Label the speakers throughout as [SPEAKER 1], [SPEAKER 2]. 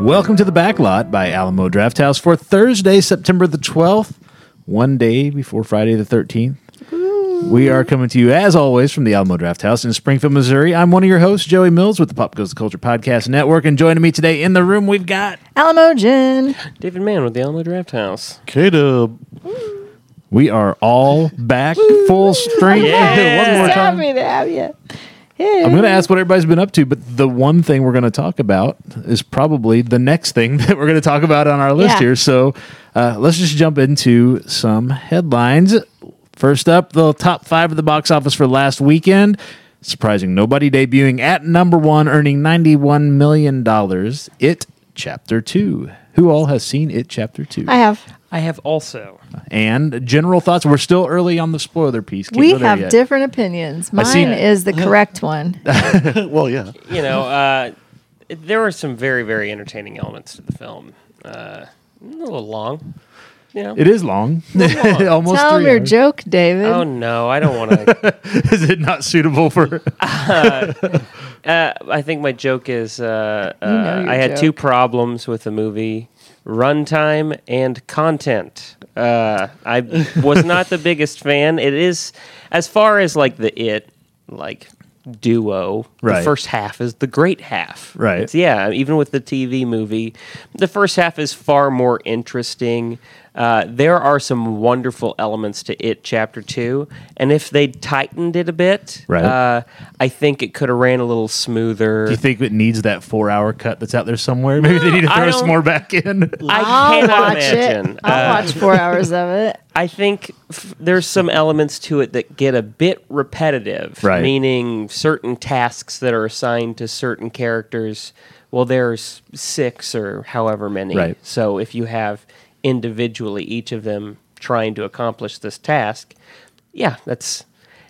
[SPEAKER 1] Welcome to the Backlot by Alamo Drafthouse for Thursday, September the 12th, one day before Friday the 13th. We are coming to you, as always, from the Alamo Drafthouse in Springfield, Missouri. I'm one of your hosts, Joey Mills, with the Pop Goes the Culture Podcast Network. And joining me today in the room, we've got
[SPEAKER 2] Alamo Gin.
[SPEAKER 3] David Mann with the Alamo Draft House.
[SPEAKER 4] Caleb.
[SPEAKER 1] we are all back full strength.
[SPEAKER 3] Yeah.
[SPEAKER 4] One more
[SPEAKER 2] Tell
[SPEAKER 4] time.
[SPEAKER 2] me to have you.
[SPEAKER 1] I'm going to ask what everybody's been up to, but the one thing we're going to talk about is probably the next thing that we're going to talk about on our list
[SPEAKER 2] Yeah.
[SPEAKER 1] here. So uh, let's just jump into some headlines. First up, the top five of the box office for last weekend. Surprising nobody, debuting at number one, earning $91 million. It Chapter 2. Who all has seen It Chapter 2?
[SPEAKER 2] I have.
[SPEAKER 3] I have also.
[SPEAKER 1] and general thoughts. We're still early on the spoiler piece. Can't
[SPEAKER 2] we
[SPEAKER 1] go there
[SPEAKER 2] have
[SPEAKER 1] yet.
[SPEAKER 2] different opinions. Mine
[SPEAKER 1] seen it.
[SPEAKER 2] is the correct one.
[SPEAKER 4] well, yeah.
[SPEAKER 3] You know, uh, there were some very, very entertaining elements to the film. Uh, a little long. You know.
[SPEAKER 1] It is long. Almost
[SPEAKER 2] Tell
[SPEAKER 1] three
[SPEAKER 2] him your
[SPEAKER 1] hours.
[SPEAKER 2] joke, David.
[SPEAKER 3] Oh no, I don't want to.
[SPEAKER 1] Is it not suitable for
[SPEAKER 3] uh, I think my joke is uh, uh,
[SPEAKER 2] know your
[SPEAKER 3] I had
[SPEAKER 2] joke.
[SPEAKER 3] two problems with the movie: runtime and content. Uh, I was not the biggest fan. It is as far as like the it like duo.
[SPEAKER 1] Right.
[SPEAKER 3] The first half is the great half.
[SPEAKER 1] Right.
[SPEAKER 3] It's- yeah, even with the TV movie, the first half is far more interesting. Uh, there are some wonderful elements to it, Chapter Two, and if they tightened it a bit,
[SPEAKER 1] Right.
[SPEAKER 3] uh, I think it could have ran a little smoother.
[SPEAKER 1] Do you think it needs that four hour cut that's out there somewhere? Maybe they need to
[SPEAKER 3] I
[SPEAKER 1] throw some
[SPEAKER 3] don't-
[SPEAKER 1] more back in.
[SPEAKER 3] I
[SPEAKER 2] I'll
[SPEAKER 3] cannot
[SPEAKER 2] watch
[SPEAKER 3] imagine. Uh,
[SPEAKER 2] it. I'll watch four hours of it.
[SPEAKER 3] I think f- there's some elements to it that get a bit repetitive,
[SPEAKER 1] Right.
[SPEAKER 3] meaning certain tasks that are assigned to certain characters. Well, there's six or however many.
[SPEAKER 1] Right.
[SPEAKER 3] So if you have individually each of them trying to accomplish this task, yeah, that's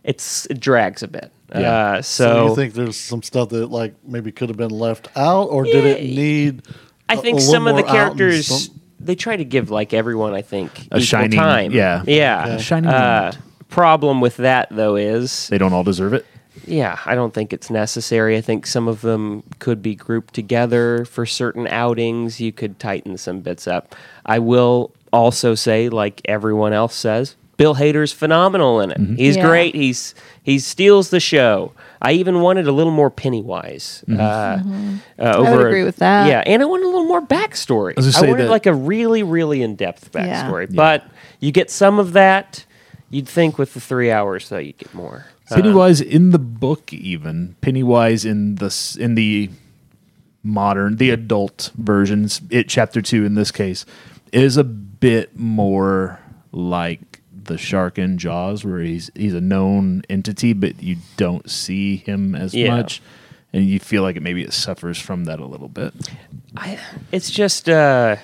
[SPEAKER 3] it's it drags a bit.
[SPEAKER 1] Yeah.
[SPEAKER 3] Uh,
[SPEAKER 4] So,
[SPEAKER 3] so
[SPEAKER 4] you think there's some stuff that like maybe could have been left out, or did it
[SPEAKER 3] Yeah,
[SPEAKER 4] need?
[SPEAKER 3] I
[SPEAKER 4] a-
[SPEAKER 3] think
[SPEAKER 4] a little
[SPEAKER 3] some of the
[SPEAKER 4] more out and
[SPEAKER 3] characters
[SPEAKER 4] some-
[SPEAKER 3] they try to give like everyone I think equal
[SPEAKER 1] shining-
[SPEAKER 3] time.
[SPEAKER 1] yeah.
[SPEAKER 3] yeah.
[SPEAKER 1] A shining
[SPEAKER 3] uh,
[SPEAKER 1] moment.
[SPEAKER 3] problem with that though is
[SPEAKER 1] they don't all deserve it.
[SPEAKER 3] yeah, I don't think it's necessary. I think some of them could be grouped together for certain outings. You could tighten some bits up. I will also say, like everyone else says, Bill Hader's phenomenal in it. He's
[SPEAKER 2] Mm-hmm. Yeah.
[SPEAKER 3] great. He's he steals the show. I even wanted a little more Pennywise. Uh, uh,
[SPEAKER 2] Mm-hmm. would
[SPEAKER 3] over
[SPEAKER 2] agree with that.
[SPEAKER 3] Yeah, and I wanted a little more backstory.
[SPEAKER 1] was
[SPEAKER 3] I,
[SPEAKER 1] gonna say
[SPEAKER 3] wanted
[SPEAKER 1] that-
[SPEAKER 3] like a really, really in depth
[SPEAKER 2] Yeah.
[SPEAKER 3] backstory. But you get some of that. You'd think with the three hours though, you'd get more.
[SPEAKER 1] Uh, Pennywise in the book, even Pennywise in the s- in the modern, the adult versions. It chapter two in this case is a bit more like the shark in Jaws, where he's he's a known entity, but you don't see him as
[SPEAKER 3] Yeah.
[SPEAKER 1] much, and you feel like it maybe it suffers from that a little bit.
[SPEAKER 3] I, it's just uh,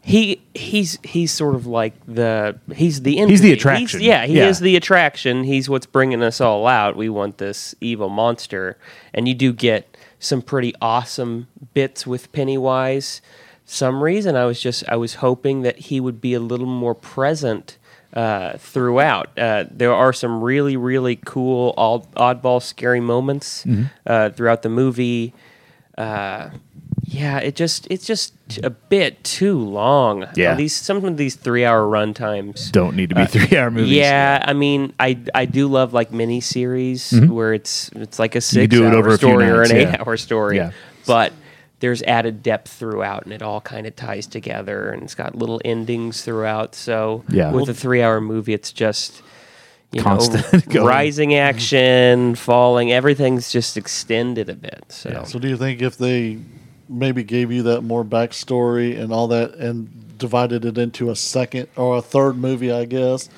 [SPEAKER 3] he he's he's sort of like the he's the entity.
[SPEAKER 1] the attraction.
[SPEAKER 3] yeah, he
[SPEAKER 1] Yeah.
[SPEAKER 3] is the attraction. He's what's bringing us all out. We want this evil monster, and you do get some pretty awesome bits with Pennywise. Some reason I was just I was hoping that he would be a little more present uh, throughout. Uh, there are some really really cool odd, oddball scary moments
[SPEAKER 1] Mm-hmm.
[SPEAKER 3] uh, throughout the movie. Yeah, it just it's just a bit too long.
[SPEAKER 1] Yeah.
[SPEAKER 3] these some of these three hour run times.
[SPEAKER 1] Don't need to be three hour movies.
[SPEAKER 3] Yeah, I mean, I I do love like mini series where it's it's like a
[SPEAKER 1] Mm-hmm. You
[SPEAKER 3] six
[SPEAKER 1] do it
[SPEAKER 3] hour
[SPEAKER 1] over a few
[SPEAKER 3] story or
[SPEAKER 1] nights,
[SPEAKER 3] an
[SPEAKER 1] yeah.
[SPEAKER 3] eight hour story,
[SPEAKER 1] Yeah.
[SPEAKER 3] but there's added depth throughout, and it all kind of ties together, and it's got little endings throughout. So
[SPEAKER 1] Yeah.
[SPEAKER 3] with a three hour movie, it's just. You
[SPEAKER 1] Constant
[SPEAKER 3] know,
[SPEAKER 1] going.
[SPEAKER 3] rising action, falling, everything's just extended a bit. So,
[SPEAKER 4] So do you think if they maybe gave you that more backstory and all that, and divided it into a second or a third movie, I guess,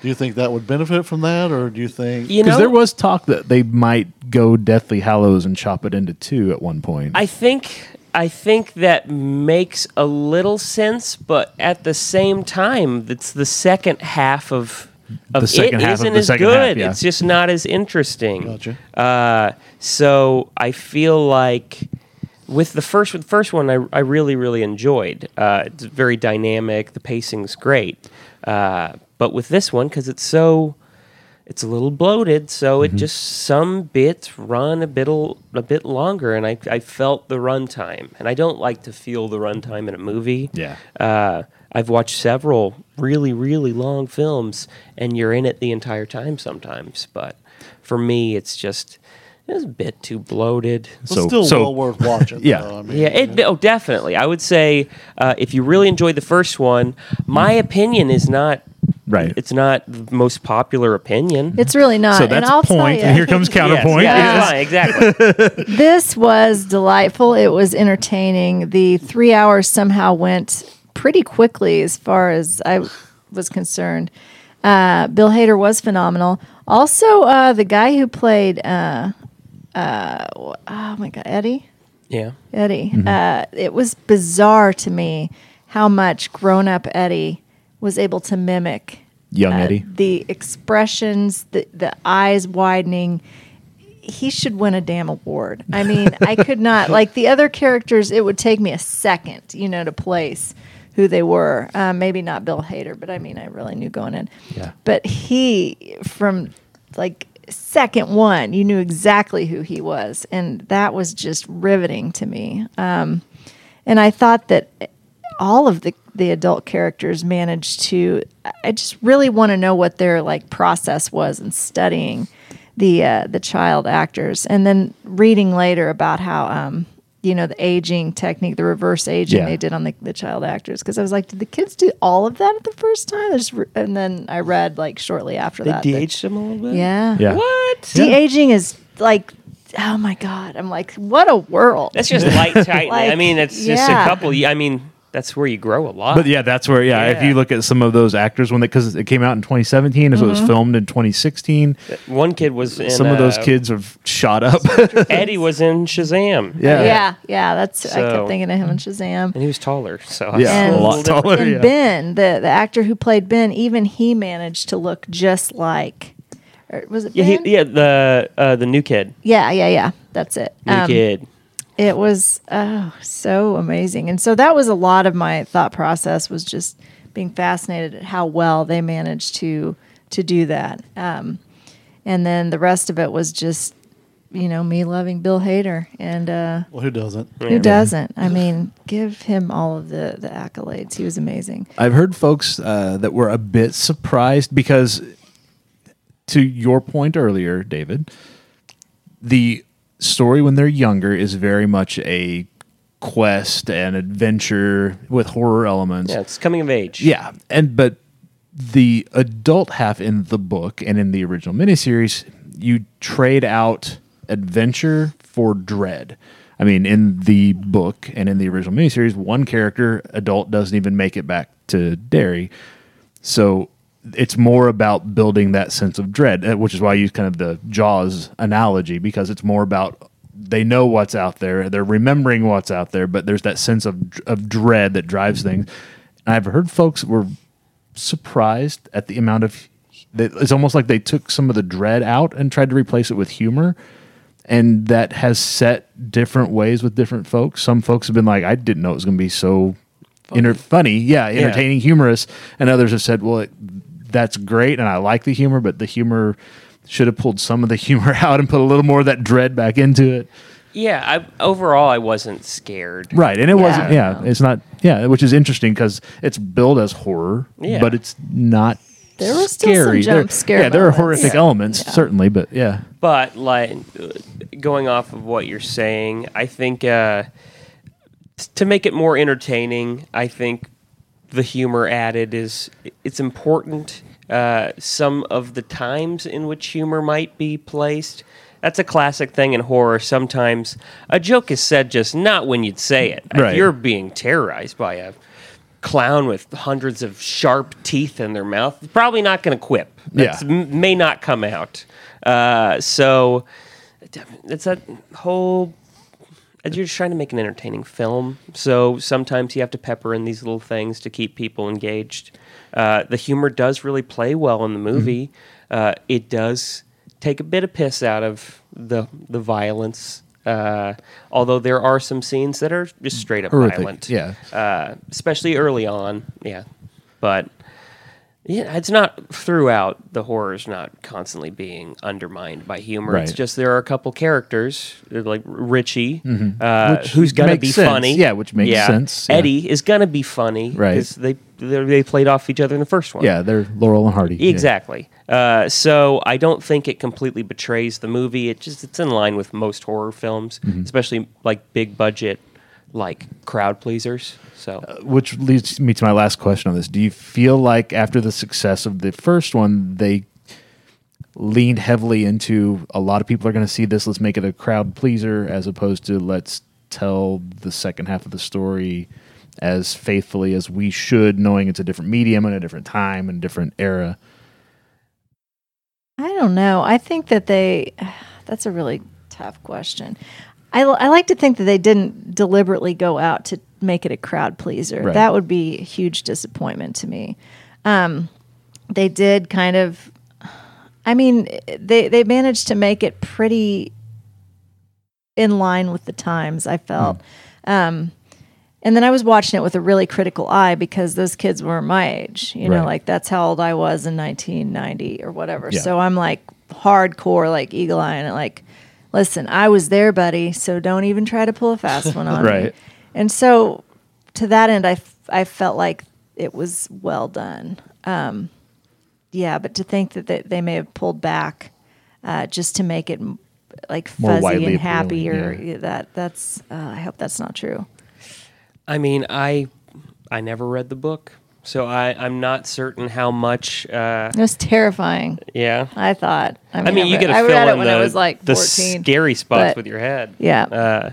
[SPEAKER 4] do you think that would benefit from that, or do you think?
[SPEAKER 3] you
[SPEAKER 1] Because
[SPEAKER 3] know,
[SPEAKER 1] there was talk that they might go Deathly Hallows and chop it into two at one point.
[SPEAKER 3] I think I think that makes a little sense, but at the same time, it's the second half of of
[SPEAKER 1] The second
[SPEAKER 3] it
[SPEAKER 1] half of
[SPEAKER 3] isn't
[SPEAKER 1] the
[SPEAKER 3] as
[SPEAKER 1] second
[SPEAKER 3] good.
[SPEAKER 1] half, yeah.
[SPEAKER 3] It's just not as interesting.
[SPEAKER 4] Gotcha.
[SPEAKER 3] Uh, so I feel like with the first with the first one, I, I really really enjoyed. Uh, it's very dynamic. The pacing's great. Uh, but with this one, because it's so it's a little bloated, so it just some bits run a bit l- a bit longer, and I I felt the runtime, and I don't like to feel the runtime in a movie.
[SPEAKER 1] Yeah.
[SPEAKER 3] uh, I've watched several really really long films, and you're in it the entire time sometimes. But for me, it's just it's a bit too bloated.
[SPEAKER 4] It's
[SPEAKER 1] So-
[SPEAKER 4] still
[SPEAKER 1] so-
[SPEAKER 4] well worth watching.
[SPEAKER 1] Yeah.
[SPEAKER 4] though, I mean,
[SPEAKER 3] Yeah, it, oh, definitely. I would say uh, if you really enjoyed the first one, my opinion is not
[SPEAKER 1] Right.
[SPEAKER 3] It's uh, not the most popular opinion.
[SPEAKER 2] It's really not.
[SPEAKER 1] so that's
[SPEAKER 2] and I'll
[SPEAKER 1] point,
[SPEAKER 2] tell
[SPEAKER 1] and
[SPEAKER 2] you,
[SPEAKER 1] here comes
[SPEAKER 3] Yes,
[SPEAKER 1] counterpoint.
[SPEAKER 3] yeah, fine, exactly.
[SPEAKER 2] this was delightful. It was entertaining. The three hours somehow went pretty quickly as far as I was concerned. Uh, Bill Hader was phenomenal. Also, uh, the guy who played, uh, uh, oh my God, Eddie?
[SPEAKER 3] yeah.
[SPEAKER 2] Eddie. Uh, it was bizarre to me how much grown up Eddie was able to mimic
[SPEAKER 1] Young
[SPEAKER 2] uh,
[SPEAKER 1] Eddie.
[SPEAKER 2] The expressions, the, the eyes widening. He should win a damn award. I mean, I could not, like the other characters, it would take me a second, you know, to place who they were. Uh, maybe not Bill Hader, but I mean, I really knew going in.
[SPEAKER 1] Yeah.
[SPEAKER 2] But he, from like second one, you knew exactly who he was. And that was just riveting to me. Um, and I thought that all of the the adult characters managed to. I just really want to know what their like process was in studying the uh, the child actors, and then reading later about how um, you know the aging technique, the reverse aging
[SPEAKER 1] Yeah.
[SPEAKER 2] they did on the, the child actors. Because I was like, did the kids do all of that at the first time? There's re- and then I read like shortly after
[SPEAKER 3] They
[SPEAKER 2] that. that-
[SPEAKER 3] de-aged him a little bit.
[SPEAKER 2] yeah,
[SPEAKER 1] Yeah.
[SPEAKER 3] What?
[SPEAKER 2] De aging is like, oh my god! I'm like, what a world.
[SPEAKER 3] That's just light tightening. I
[SPEAKER 2] Like,
[SPEAKER 3] mean, it's just
[SPEAKER 2] yeah.
[SPEAKER 3] a couple. I mean, that's where you grow a lot.
[SPEAKER 1] But yeah, that's where yeah, If
[SPEAKER 3] Yeah.
[SPEAKER 1] you look at some of those actors when because it came out in 2017, so it
[SPEAKER 3] Mm-hmm.
[SPEAKER 1] was filmed in 2016.
[SPEAKER 3] One kid was in
[SPEAKER 1] some of those
[SPEAKER 3] uh,
[SPEAKER 1] kids have shot up.
[SPEAKER 3] Eddie was in Shazam.
[SPEAKER 1] yeah.
[SPEAKER 2] yeah, yeah. That's I
[SPEAKER 3] So-
[SPEAKER 2] kept thinking of him and Shazam.
[SPEAKER 3] And he was taller. So I-
[SPEAKER 1] Yeah,
[SPEAKER 2] And-
[SPEAKER 1] a lot taller.
[SPEAKER 2] and
[SPEAKER 1] yeah.
[SPEAKER 2] Ben, the, the actor who played Ben, even he managed to look just like, or was it
[SPEAKER 3] Yeah,
[SPEAKER 2] Ben?
[SPEAKER 3] he, yeah, the uh, the new kid.
[SPEAKER 2] yeah, yeah, yeah. That's it.
[SPEAKER 3] New
[SPEAKER 2] Um,
[SPEAKER 3] kid.
[SPEAKER 2] it was oh so amazing, and so that was a lot of my thought process was just being fascinated at how well they managed to to do that, um, and then the rest of it was just you know me loving Bill Hader and. Uh,
[SPEAKER 4] Well, who doesn't?
[SPEAKER 2] who doesn't? I mean, give him all of the, the accolades. He was amazing.
[SPEAKER 1] I've heard folks uh, that were a bit surprised because, to your point earlier, David, the story when they're younger is very much a quest and adventure with horror elements.
[SPEAKER 3] Yeah, it's coming of age.
[SPEAKER 1] Yeah, and but the adult half in the book and in the original miniseries, you trade out adventure for dread. I mean, in the book and in the original miniseries, one character adult doesn't even make it back to Derry, so it's more about building that sense of dread, uh, which is why I use kind of the Jaws analogy because it's more about they know what's out there, they're remembering what's out there, but there's that sense of of dread that drives things. And I've heard folks were surprised at the amount of that it's almost like they took some of the dread out and tried to replace it with humor. And that has set different ways with different folks. Some folks have been like, I didn't know it was going to be so inter- funny. Yeah, entertaining, humorous. And others have said, well, it, that's great. And I like the humor, but the humor should have pulled some of the humor out and put a little more of that dread back into it.
[SPEAKER 3] Yeah. I, overall, I wasn't scared.
[SPEAKER 1] Right. And it wasn't, yeah,
[SPEAKER 2] no.
[SPEAKER 1] it's not, yeah, which is interesting because it's billed as horror,
[SPEAKER 3] Yeah.
[SPEAKER 1] but it's not.
[SPEAKER 2] There were still some
[SPEAKER 1] scary. There-
[SPEAKER 2] jump scare
[SPEAKER 1] Yeah, there are
[SPEAKER 2] moments.
[SPEAKER 1] horrific
[SPEAKER 2] Yeah.
[SPEAKER 1] elements, certainly, but yeah.
[SPEAKER 3] but like uh, going off of what you're saying i think uh t- to make it more entertaining i think the humor added is it's important uh some of the times in which humor might be placed that's a classic thing in horror sometimes a joke is said just not when you'd say it If
[SPEAKER 1] Right.
[SPEAKER 3] you're being terrorized by a clown with hundreds of sharp teeth in their mouth you're probably not going to quip That's
[SPEAKER 1] Yeah.
[SPEAKER 3] m- may not come out. Uh, so it's that whole. and You're just trying to make an entertaining film, so sometimes you have to pepper in these little things to keep people engaged. Uh, the humor does really play well in the movie. Uh, it does take a bit of piss out of the the violence, uh, although there are some scenes that are just straight up
[SPEAKER 1] Horrific,
[SPEAKER 3] violent
[SPEAKER 1] yeah.
[SPEAKER 3] uh, especially early on. Yeah, but Yeah, it's not throughout the horror's not constantly being undermined by humor. It's
[SPEAKER 1] Right.
[SPEAKER 3] just there are a couple characters uh, like Richie, uh,
[SPEAKER 1] Mm-hmm. Which
[SPEAKER 3] who's gonna
[SPEAKER 1] makes
[SPEAKER 3] be
[SPEAKER 1] sense.
[SPEAKER 3] funny.
[SPEAKER 1] Yeah, which makes sense, yeah.
[SPEAKER 3] Eddie is gonna be funny
[SPEAKER 1] Right.
[SPEAKER 3] they they they played off each other in the first one.
[SPEAKER 1] Yeah, they're Laurel and Hardy. Yeah.
[SPEAKER 3] Exactly. Uh, so I don't think it completely betrays the movie. It just it's in line with most horror films,
[SPEAKER 1] Mm-hmm.
[SPEAKER 3] especially like big budget, like crowd pleasers. So
[SPEAKER 1] Which leads me to my last question on this. Do you feel like after the success of the first one, they leaned heavily into a lot of people are going to see this, let's make it a crowd pleaser, as opposed to let's tell the second half of the story as faithfully as we should, knowing it's a different medium and a different time and different era?
[SPEAKER 2] I don't know. I think that they, that's a really tough question. I, l- I like to think that they didn't deliberately go out to make it a crowd pleaser.
[SPEAKER 1] Right.
[SPEAKER 2] That would be a huge disappointment to me. Um, they did kind of, I mean, they, they managed to make it pretty in line with the times, I felt.
[SPEAKER 1] Hmm.
[SPEAKER 2] Um, and then I was watching it with a really critical eye because those kids were my age. You know,
[SPEAKER 1] Right.
[SPEAKER 2] like that's how old I was in 1990 or whatever.
[SPEAKER 1] Yeah.
[SPEAKER 2] So I'm like hardcore, like eagle eye, and like, listen, I was there, buddy. So don't even try to pull a fast one on me.
[SPEAKER 1] Right.
[SPEAKER 2] And so to that end, I, f- I felt like it was well done. Um, yeah, but to think that they, they may have pulled back uh, just to make it m- like
[SPEAKER 1] More
[SPEAKER 2] fuzzy
[SPEAKER 1] widely
[SPEAKER 2] and happy, or
[SPEAKER 1] appealing,
[SPEAKER 2] that that's uh, I hope that's not true.
[SPEAKER 3] I mean, I I never read the book, so I I'm not certain how much. Uh,
[SPEAKER 2] It was terrifying.
[SPEAKER 3] yeah.
[SPEAKER 2] I thought.
[SPEAKER 3] I mean,
[SPEAKER 2] I
[SPEAKER 3] you
[SPEAKER 2] read-
[SPEAKER 3] get to
[SPEAKER 2] I
[SPEAKER 3] fill
[SPEAKER 2] read
[SPEAKER 3] in
[SPEAKER 2] it when
[SPEAKER 3] the,
[SPEAKER 2] I was like
[SPEAKER 3] the
[SPEAKER 2] 14.
[SPEAKER 3] scary spots
[SPEAKER 2] but-
[SPEAKER 3] with your head.
[SPEAKER 2] yeah.
[SPEAKER 3] Uh,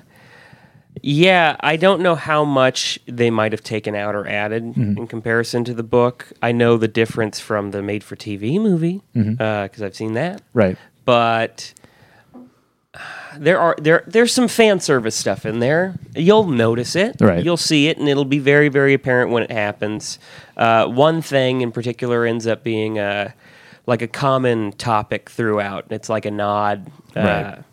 [SPEAKER 3] yeah, I don't know how much they might have taken out or added
[SPEAKER 2] Mm-hmm.
[SPEAKER 3] in comparison to the book. I know the difference from the made for TV movie
[SPEAKER 2] Mm-hmm.
[SPEAKER 3] because I've seen that.
[SPEAKER 1] Right.
[SPEAKER 3] But there are there there's some fan service stuff in there. You'll notice it.
[SPEAKER 1] Right.
[SPEAKER 3] You'll see it, and it'll be very very apparent when it happens. Uh, one thing in particular ends up being a like a common topic throughout. It's like a nod. Uh,
[SPEAKER 1] Right.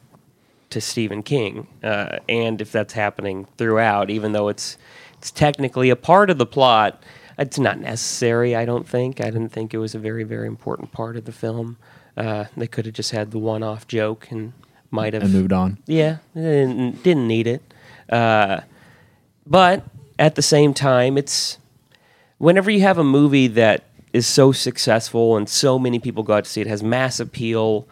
[SPEAKER 3] To Stephen King, uh, and if that's happening throughout, even though it's it's technically a part of the plot, it's not necessary. I don't think. I didn't think it was a very very important part of the film. Uh, they could have just had the one off joke and might have
[SPEAKER 1] And moved on.
[SPEAKER 3] yeah, they didn't, didn't need it. Uh, but at the same time, it's whenever you have a movie that is so successful and so many people go out to see it, has mass appeal.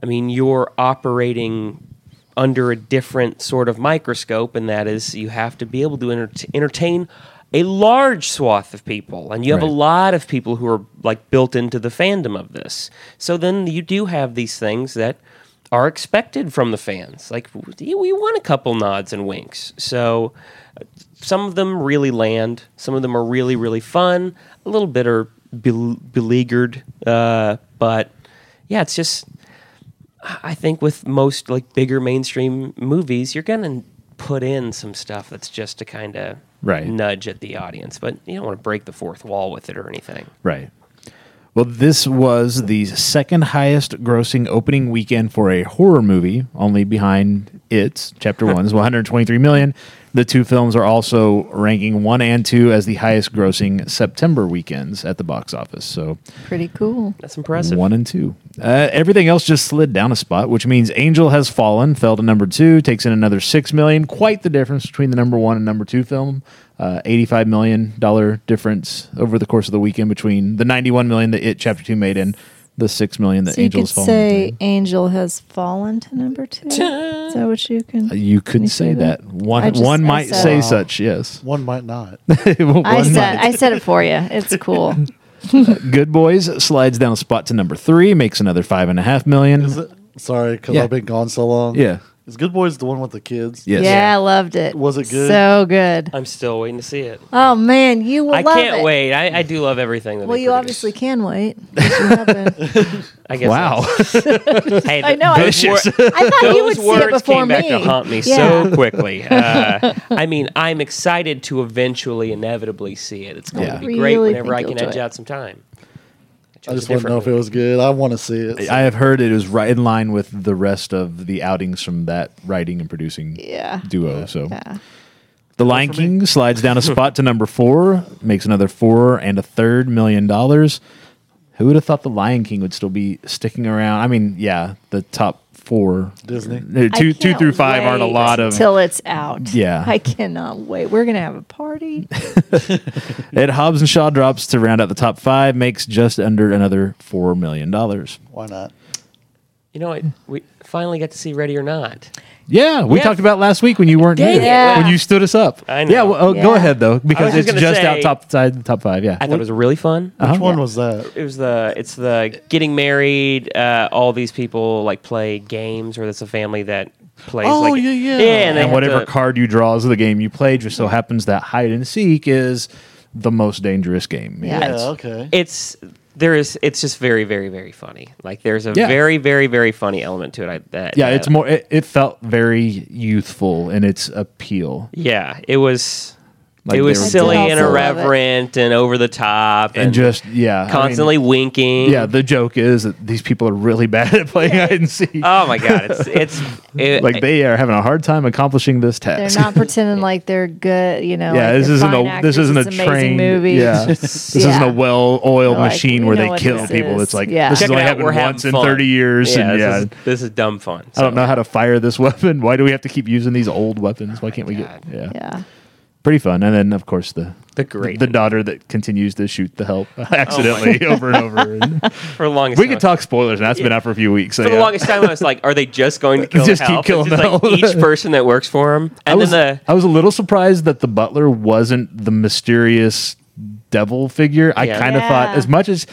[SPEAKER 3] I mean, you're operating under a different sort of microscope, and that is you have to be able to enter- entertain a large swath of people, and you have a
[SPEAKER 1] Right.
[SPEAKER 3] lot of people who are like built into the fandom of this. So then you do have these things that are expected from the fans. Like we we want a couple nods and winks. So some of them really land. Some of them are really, really fun. A little bit are bel- beleaguered, uh, but yeah, it's just. I think with most like bigger mainstream movies, you're gonna put in some stuff that's just to kind of
[SPEAKER 1] Right.
[SPEAKER 3] nudge at the audience, but you don't want to break the fourth wall with it or anything.
[SPEAKER 1] Right. Well, this was the second highest grossing opening weekend for a horror movie, only behind It's Chapter 1 is 123 million. The two films are also ranking 1 and 2 as the highest grossing September weekends at the box office. So,
[SPEAKER 2] Pretty cool.
[SPEAKER 3] That's impressive.
[SPEAKER 1] one and two. Uh, everything else just slid down a spot, which means Angel has fallen, fell to number two, takes in another six million. Quite the difference between the number one and number two film. Uh, Eighty-five million dollar difference over the course of the weekend between the ninety-one million that It Chapter Two made and the six million that
[SPEAKER 2] So you
[SPEAKER 1] Angel's
[SPEAKER 2] could
[SPEAKER 1] fallen.
[SPEAKER 2] say Angel has fallen to number two. Is that what you can?
[SPEAKER 1] to. Uh, you
[SPEAKER 2] Can
[SPEAKER 1] could say that,
[SPEAKER 2] I
[SPEAKER 1] one.
[SPEAKER 2] just-
[SPEAKER 1] one
[SPEAKER 2] I
[SPEAKER 1] might
[SPEAKER 2] said
[SPEAKER 1] say
[SPEAKER 2] it.
[SPEAKER 1] such. Yes,
[SPEAKER 4] One might not.
[SPEAKER 1] One
[SPEAKER 2] I said
[SPEAKER 1] might.
[SPEAKER 2] I said it for you. It's cool.
[SPEAKER 1] Good Boys slides down a spot to number three, makes another five and a half million.
[SPEAKER 4] Is it? Sorry, because
[SPEAKER 1] Yeah.
[SPEAKER 4] I've been gone so long.
[SPEAKER 1] Yeah.
[SPEAKER 4] Is Good Boys the one with the kids?
[SPEAKER 1] Yes.
[SPEAKER 2] Yeah, I loved it.
[SPEAKER 4] Was it good?
[SPEAKER 2] So good.
[SPEAKER 3] I'm still waiting to see it.
[SPEAKER 2] Oh man, you will
[SPEAKER 3] I
[SPEAKER 2] love
[SPEAKER 3] can't
[SPEAKER 2] it.
[SPEAKER 3] wait. I, I do love everything. That
[SPEAKER 2] Well,
[SPEAKER 3] they
[SPEAKER 2] you
[SPEAKER 3] produce.
[SPEAKER 2] obviously can wait. 'cause you haven't.
[SPEAKER 3] I guess.
[SPEAKER 1] Wow.
[SPEAKER 3] that's- Hey,
[SPEAKER 2] I know, I-
[SPEAKER 3] Those, wor-
[SPEAKER 2] I thought you would
[SPEAKER 3] those
[SPEAKER 2] see it
[SPEAKER 3] words
[SPEAKER 2] before
[SPEAKER 3] came
[SPEAKER 2] me.
[SPEAKER 3] back to haunt me
[SPEAKER 2] Yeah.
[SPEAKER 3] so quickly. Uh, I mean, I'm excited to eventually, inevitably see it. It's going
[SPEAKER 1] Yeah.
[SPEAKER 3] to be great
[SPEAKER 2] Really
[SPEAKER 3] whenever
[SPEAKER 2] think
[SPEAKER 3] I
[SPEAKER 2] you'll
[SPEAKER 3] can
[SPEAKER 2] enjoy
[SPEAKER 3] edge
[SPEAKER 2] it.
[SPEAKER 3] out some time.
[SPEAKER 4] I just want to know if it was good. I want to see it.
[SPEAKER 1] I have heard it is right in line with the rest of the outings from that writing and producing
[SPEAKER 2] Yeah.
[SPEAKER 1] duo. So
[SPEAKER 2] Yeah.
[SPEAKER 1] the Lion King slides down a spot to number four, makes another four and a third million dollars. Who would have thought the Lion King would still be sticking around? I mean, yeah, the top four
[SPEAKER 4] Disney.
[SPEAKER 1] No, two two through five aren't a lot of
[SPEAKER 2] till it's out.
[SPEAKER 1] Yeah.
[SPEAKER 2] I cannot wait. We're gonna have a party.
[SPEAKER 1] Ed Hobbs and Shaw drops to round out the top five, makes just under another four million dollars.
[SPEAKER 4] Why not?
[SPEAKER 3] You know, it, we finally got to see Ready or Not.
[SPEAKER 1] Yeah, we
[SPEAKER 3] Yeah.
[SPEAKER 1] talked about last week when you weren't
[SPEAKER 3] Dang
[SPEAKER 1] here,
[SPEAKER 3] it.
[SPEAKER 2] Yeah.
[SPEAKER 1] when you stood us up.
[SPEAKER 3] I know.
[SPEAKER 1] Yeah, well, oh, go
[SPEAKER 2] Yeah.
[SPEAKER 1] ahead though, because
[SPEAKER 3] just
[SPEAKER 1] it's
[SPEAKER 3] gonna
[SPEAKER 1] just
[SPEAKER 3] say-
[SPEAKER 1] out top side the top five. Yeah, Uh-huh.
[SPEAKER 3] I thought it was really fun.
[SPEAKER 4] Which
[SPEAKER 2] Oh,
[SPEAKER 4] one was that?
[SPEAKER 3] It was the it's the getting married. Uh, all these people like play games, or it's a family that plays.
[SPEAKER 4] Oh,
[SPEAKER 3] like,
[SPEAKER 4] yeah, yeah.
[SPEAKER 3] yeah, and, they
[SPEAKER 1] and
[SPEAKER 3] have
[SPEAKER 1] whatever
[SPEAKER 3] to-
[SPEAKER 1] card you draw is the game you played. Just so happens that hide and seek is the most dangerous game.
[SPEAKER 2] Yeah.
[SPEAKER 4] Yeah,
[SPEAKER 2] It's-
[SPEAKER 4] okay.
[SPEAKER 3] it's there is it's just very very very funny. Like there's a
[SPEAKER 1] Yeah.
[SPEAKER 3] very very very funny element to it. I, that
[SPEAKER 1] yeah,
[SPEAKER 3] that-
[SPEAKER 1] it's more. It, it felt very youthful in its appeal,
[SPEAKER 3] yeah. It was
[SPEAKER 1] Like
[SPEAKER 3] it
[SPEAKER 1] they were
[SPEAKER 3] was silly
[SPEAKER 2] I did
[SPEAKER 3] and
[SPEAKER 2] also love it.
[SPEAKER 3] irreverent and over the top and,
[SPEAKER 1] and just yeah, I mean,
[SPEAKER 3] constantly winking.
[SPEAKER 1] yeah, the joke is that these people are really bad at playing hide and seek.
[SPEAKER 3] Oh my god, it's it's it,
[SPEAKER 1] like they are having a hard time accomplishing this
[SPEAKER 2] They're
[SPEAKER 1] task.
[SPEAKER 2] not pretending like they're good, you know.
[SPEAKER 1] yeah,
[SPEAKER 2] like
[SPEAKER 1] this
[SPEAKER 2] they're
[SPEAKER 1] isn't
[SPEAKER 2] fine
[SPEAKER 1] a
[SPEAKER 2] actors.
[SPEAKER 1] this isn't a
[SPEAKER 2] an amazing
[SPEAKER 1] train.
[SPEAKER 2] movie.
[SPEAKER 1] Yeah, this isn't
[SPEAKER 2] Yeah.
[SPEAKER 1] a well-oiled
[SPEAKER 2] They're like,
[SPEAKER 1] machine
[SPEAKER 2] we
[SPEAKER 1] where
[SPEAKER 2] know
[SPEAKER 1] they
[SPEAKER 2] what
[SPEAKER 1] kill
[SPEAKER 2] this
[SPEAKER 1] people.
[SPEAKER 2] is.
[SPEAKER 1] It's like
[SPEAKER 2] Yeah.
[SPEAKER 1] this
[SPEAKER 2] Check
[SPEAKER 1] is
[SPEAKER 3] it
[SPEAKER 1] only
[SPEAKER 3] out,
[SPEAKER 1] happened
[SPEAKER 3] we're having
[SPEAKER 1] once in
[SPEAKER 3] fun.
[SPEAKER 1] thirty years,
[SPEAKER 3] Yeah,
[SPEAKER 1] and
[SPEAKER 3] this
[SPEAKER 1] yeah,
[SPEAKER 3] is, this is dumb fun.
[SPEAKER 1] I don't
[SPEAKER 3] so.
[SPEAKER 1] know how to fire this weapon. Why do we have to keep using these old weapons? Why can't we get
[SPEAKER 3] God.
[SPEAKER 1] yeah.
[SPEAKER 2] Yeah.
[SPEAKER 1] pretty fun? And then of course the
[SPEAKER 3] The great-
[SPEAKER 1] the
[SPEAKER 3] Oh
[SPEAKER 1] daughter that continues to shoot the help accidentally over and over. And
[SPEAKER 3] for the longest.
[SPEAKER 1] we could
[SPEAKER 3] time.
[SPEAKER 1] talk spoilers, and that's been out for a few weeks. So
[SPEAKER 3] For the
[SPEAKER 1] yeah.
[SPEAKER 3] longest time, I was like, "Are they just going to kill
[SPEAKER 1] Just
[SPEAKER 3] the
[SPEAKER 1] keep
[SPEAKER 3] Hulk? It's
[SPEAKER 1] killing
[SPEAKER 3] just,
[SPEAKER 1] the
[SPEAKER 3] like,
[SPEAKER 1] Hulk.
[SPEAKER 3] each person that works for him,
[SPEAKER 1] I
[SPEAKER 3] and
[SPEAKER 1] was,
[SPEAKER 3] then
[SPEAKER 1] I was a little surprised that the butler wasn't the mysterious devil figure. I
[SPEAKER 3] Yeah.
[SPEAKER 1] kind of
[SPEAKER 2] Yeah.
[SPEAKER 1] thought as much as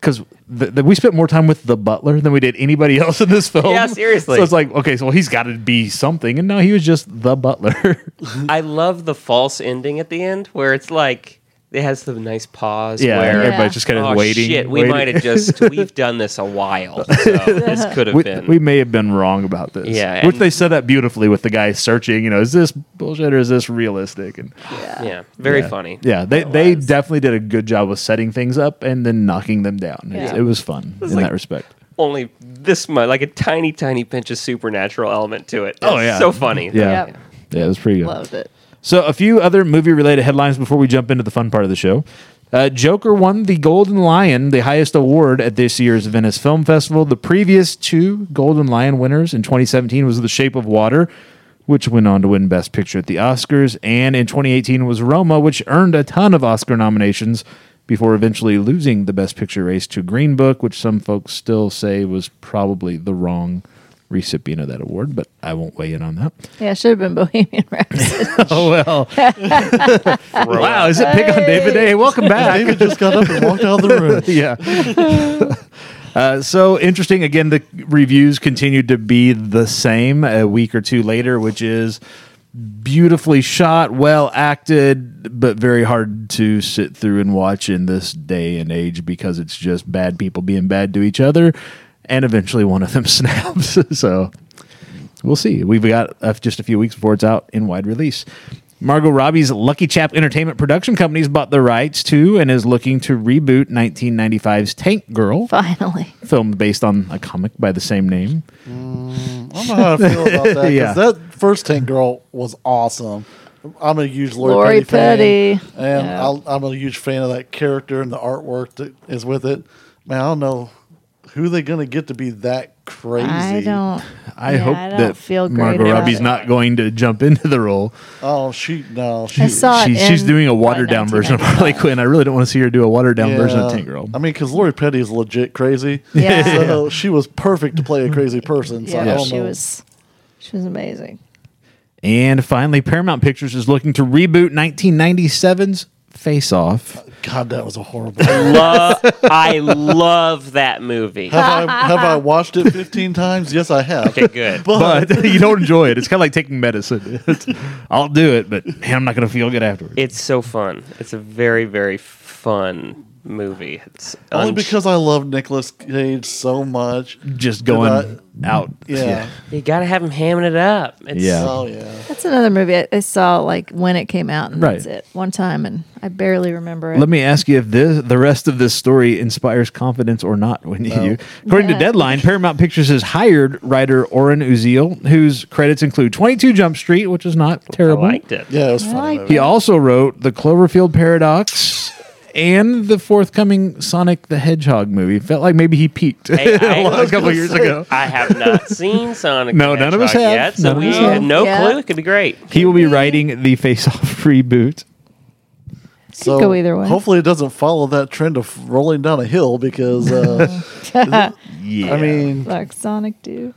[SPEAKER 1] because th- th- we spent more time with the butler than we did anybody else in this film.
[SPEAKER 3] Yeah, seriously.
[SPEAKER 1] So it's like okay, so he's got to be something, and no, he was just the butler.
[SPEAKER 3] the I love the false ending at the end where it's like it has the nice pause.
[SPEAKER 1] yeah,
[SPEAKER 3] where,
[SPEAKER 1] everybody's just kind of
[SPEAKER 3] oh,
[SPEAKER 1] waiting.
[SPEAKER 3] Shit, we
[SPEAKER 1] waiting.
[SPEAKER 3] might have just we've done this a while. So this could have
[SPEAKER 1] We,
[SPEAKER 3] been.
[SPEAKER 1] we may have been wrong about this.
[SPEAKER 3] Yeah,
[SPEAKER 1] which
[SPEAKER 3] and-
[SPEAKER 1] they set up beautifully with the guy searching. You know, is this bullshit or is this realistic? And
[SPEAKER 3] Oh, yeah, very funny.
[SPEAKER 1] Yeah, they,
[SPEAKER 3] It
[SPEAKER 1] they
[SPEAKER 3] was.
[SPEAKER 1] definitely did a good job with setting things up and then knocking them down. It's-
[SPEAKER 3] Yeah.
[SPEAKER 1] It was fun in
[SPEAKER 3] like-
[SPEAKER 1] that respect.
[SPEAKER 3] only this much, like a tiny, tiny pinch of supernatural element to it.
[SPEAKER 1] Oh,
[SPEAKER 3] It's
[SPEAKER 1] yeah.
[SPEAKER 3] so funny.
[SPEAKER 1] Yeah.
[SPEAKER 2] Yep.
[SPEAKER 1] Yeah, it was pretty good.
[SPEAKER 2] Loved it.
[SPEAKER 1] So, a few other movie related headlines before we jump into the fun part of the show. Uh, Joker won the Golden Lion, the highest award at this year's Venice Film Festival. The previous two Golden Lion winners in 2017 was The Shape of Water, which went on to win Best Picture at the Oscars, and in 2018 was Roma, which earned a ton of Oscar nominations before eventually losing the Best Picture race to Green Book, which some folks still say was probably the wrong recipient of that award, but I won't weigh in on that.
[SPEAKER 2] Yeah, it should have been Bohemian Rhapsody.
[SPEAKER 1] Oh well. wow, is it pick on David Day? Welcome back.
[SPEAKER 4] David just got up and walked out of the room.
[SPEAKER 1] yeah. Uh, so interesting. Again, the reviews continued to be the same a week or two later, which is beautifully shot, well acted, but very hard to sit through and watch in this day and age because it's just bad people being bad to each other, and eventually one of them snaps. so we'll see. We've got uh, just a few weeks before it's out in wide release. Margot Robbie's Lucky Chap Entertainment Production Company's bought the rights to and is looking to reboot 1995's Tank Girl,
[SPEAKER 2] Finally.
[SPEAKER 1] filmed based on a comic by the same name.
[SPEAKER 4] I don't know how I feel about that because
[SPEAKER 1] Yeah.
[SPEAKER 4] that first Tank Girl was awesome. I'm a huge Lori,
[SPEAKER 2] Lori
[SPEAKER 4] Petty,
[SPEAKER 2] Petty.
[SPEAKER 4] fan, and
[SPEAKER 2] Yeah.
[SPEAKER 4] I'll, I'm a huge fan of that character and the artwork that is with it. Man, I don't know who they're gonna get to be that crazy.
[SPEAKER 2] I don't.
[SPEAKER 1] I
[SPEAKER 2] yeah,
[SPEAKER 1] hope
[SPEAKER 2] I don't
[SPEAKER 1] that
[SPEAKER 2] feel great
[SPEAKER 1] Margot
[SPEAKER 2] about
[SPEAKER 1] Robbie's
[SPEAKER 2] it.
[SPEAKER 1] not going to jump into the role.
[SPEAKER 4] Oh, she no, she.
[SPEAKER 2] I saw
[SPEAKER 1] She's,
[SPEAKER 2] it.
[SPEAKER 1] she's
[SPEAKER 2] in
[SPEAKER 1] doing a
[SPEAKER 2] probably
[SPEAKER 1] watered down version of Harley
[SPEAKER 2] 1995.
[SPEAKER 1] Quinn. I really don't want to see her do a watered down
[SPEAKER 4] yeah.
[SPEAKER 1] version of Tank Girl.
[SPEAKER 4] I mean, because Lori Petty is legit crazy.
[SPEAKER 2] Yeah.
[SPEAKER 4] So she was perfect to play a crazy person. So I
[SPEAKER 2] Yeah,
[SPEAKER 4] don't
[SPEAKER 2] she
[SPEAKER 4] know.
[SPEAKER 2] was. She was amazing.
[SPEAKER 1] And finally, Paramount Pictures is looking to reboot 1997's Face Off.
[SPEAKER 4] God, that was a horrible.
[SPEAKER 3] Love, I love that movie.
[SPEAKER 4] have, I, have I watched it 15 times? Yes, I have.
[SPEAKER 3] Okay, good.
[SPEAKER 1] But you don't enjoy it. It's kind of like taking medicine. It's- I'll do it, but man, I'm not going to feel good afterwards.
[SPEAKER 3] It's so fun. It's a very, very fun movie. It's
[SPEAKER 4] Only
[SPEAKER 3] un-
[SPEAKER 4] because I love Nicolas Cage so much.
[SPEAKER 1] Just going out.
[SPEAKER 4] Yeah.
[SPEAKER 3] you gotta have him hamming it up. It's,
[SPEAKER 1] Yeah.
[SPEAKER 4] Oh yeah.
[SPEAKER 2] That's another movie I, I saw like when it came out, and that's
[SPEAKER 1] Right.
[SPEAKER 2] it. One time, and I barely remember it.
[SPEAKER 1] Let me ask you if this, the rest of this story inspires confidence or not when you. According to
[SPEAKER 2] Yeah.
[SPEAKER 1] Deadline, Paramount Pictures has hired writer Oren Uziel, whose credits include 22 Jump Street, which is not
[SPEAKER 3] I
[SPEAKER 1] terrible.
[SPEAKER 3] liked it.
[SPEAKER 4] Yeah, it was
[SPEAKER 2] I
[SPEAKER 4] funny.
[SPEAKER 2] like
[SPEAKER 4] movie.
[SPEAKER 1] He also wrote The Cloverfield Paradox and the forthcoming Sonic the Hedgehog movie. Felt like maybe he peaked
[SPEAKER 3] Hey, I
[SPEAKER 1] a
[SPEAKER 3] was
[SPEAKER 1] couple
[SPEAKER 3] gonna
[SPEAKER 1] years
[SPEAKER 3] say,
[SPEAKER 1] ago.
[SPEAKER 3] I have not seen Sonic.
[SPEAKER 1] No,
[SPEAKER 3] the
[SPEAKER 1] none of us
[SPEAKER 3] Hedgehog
[SPEAKER 1] have.
[SPEAKER 3] yet, so
[SPEAKER 1] None of
[SPEAKER 3] we
[SPEAKER 1] us
[SPEAKER 3] have
[SPEAKER 2] have.
[SPEAKER 3] no
[SPEAKER 2] Yeah.
[SPEAKER 3] clue. It could be great.
[SPEAKER 1] He will be writing the Face Off reboot.
[SPEAKER 4] So
[SPEAKER 2] go either way.
[SPEAKER 4] Hopefully, it doesn't follow that trend of rolling down a hill because uh,
[SPEAKER 1] Yeah,
[SPEAKER 4] I mean,
[SPEAKER 2] Like Sonic do.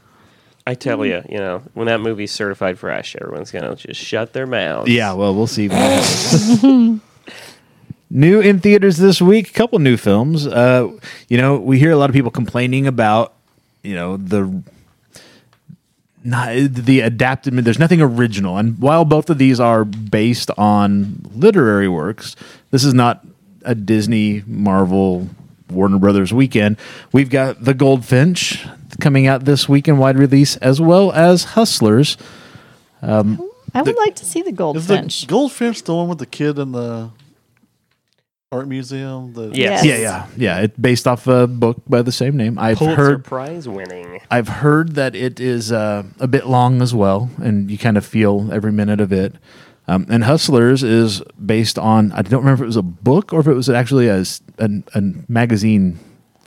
[SPEAKER 3] I tell you, you know, when that movie's certified fresh, everyone's gonna just shut their mouths.
[SPEAKER 1] yeah. Well, we'll see. new in theaters this week. A couple new films. Uh, you know, we hear a lot of people complaining about you know the not the adapted. There's nothing original, and while both of these are based on literary works, this is not a Disney, Marvel, Warner Brothers weekend. We've got The Goldfinch coming out this week in wide release, as well as Hustlers.
[SPEAKER 2] I would like to see the
[SPEAKER 4] is
[SPEAKER 2] goldfinch.
[SPEAKER 4] the goldfinch the one with the kid in the art museum? The,
[SPEAKER 3] Yes.
[SPEAKER 2] Yes.
[SPEAKER 1] Yeah, yeah, yeah. It's based off a book by the same name. I've
[SPEAKER 3] Pulitzer
[SPEAKER 1] heard.
[SPEAKER 3] Prize winning.
[SPEAKER 1] I've heard that it is uh, a bit long as well, and you kind of feel every minute of it. Um, and Hustlers is based on I don't remember if it was a book or if it was actually a, s- an- a magazine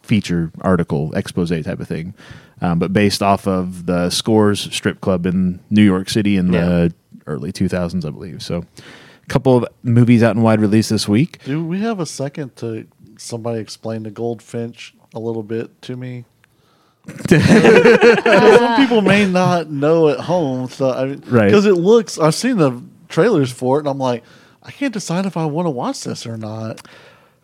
[SPEAKER 1] feature article expose type of thing, um, but based off of the Scores strip club in New York City in the early 2000s, I believe. So, a couple of movies out in wide release this week.
[SPEAKER 4] Do we have a second to somebody explain the goldfinch a little bit to me? Some people may not know at home, so I
[SPEAKER 1] Right.
[SPEAKER 4] because it looks. I've seen the trailers for it, and I'm like, I can't decide if I want to watch this or not.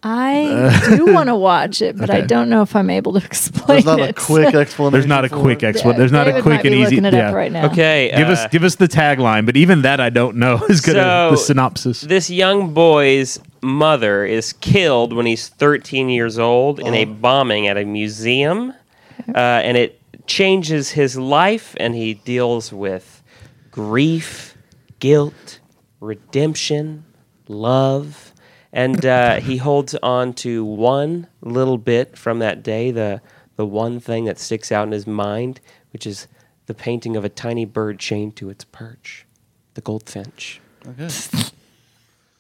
[SPEAKER 2] I do want to watch it, but I
[SPEAKER 1] Okay.
[SPEAKER 2] don't know if I'm able to explain
[SPEAKER 4] There's not
[SPEAKER 2] it.
[SPEAKER 4] a quick explanation.
[SPEAKER 1] There's not a
[SPEAKER 4] for
[SPEAKER 1] quick
[SPEAKER 4] it.
[SPEAKER 1] explanation. There's not a
[SPEAKER 2] David
[SPEAKER 1] quick
[SPEAKER 2] might be
[SPEAKER 1] and easy.
[SPEAKER 2] looking it
[SPEAKER 1] yeah.
[SPEAKER 2] up right now.
[SPEAKER 3] Okay,
[SPEAKER 1] Give us
[SPEAKER 3] uh,
[SPEAKER 1] give us the tagline, but even that I don't know is gonna
[SPEAKER 3] So-
[SPEAKER 1] the synopsis.
[SPEAKER 3] This young boy's mother is killed when he's 13 years old in a bombing at a museum, uh, and it changes his life. And he deals with grief, guilt, redemption, love, and uh, he holds on to one little bit from that day. The the one thing that sticks out in his mind, which is the painting of a tiny bird chained to its perch, the goldfinch.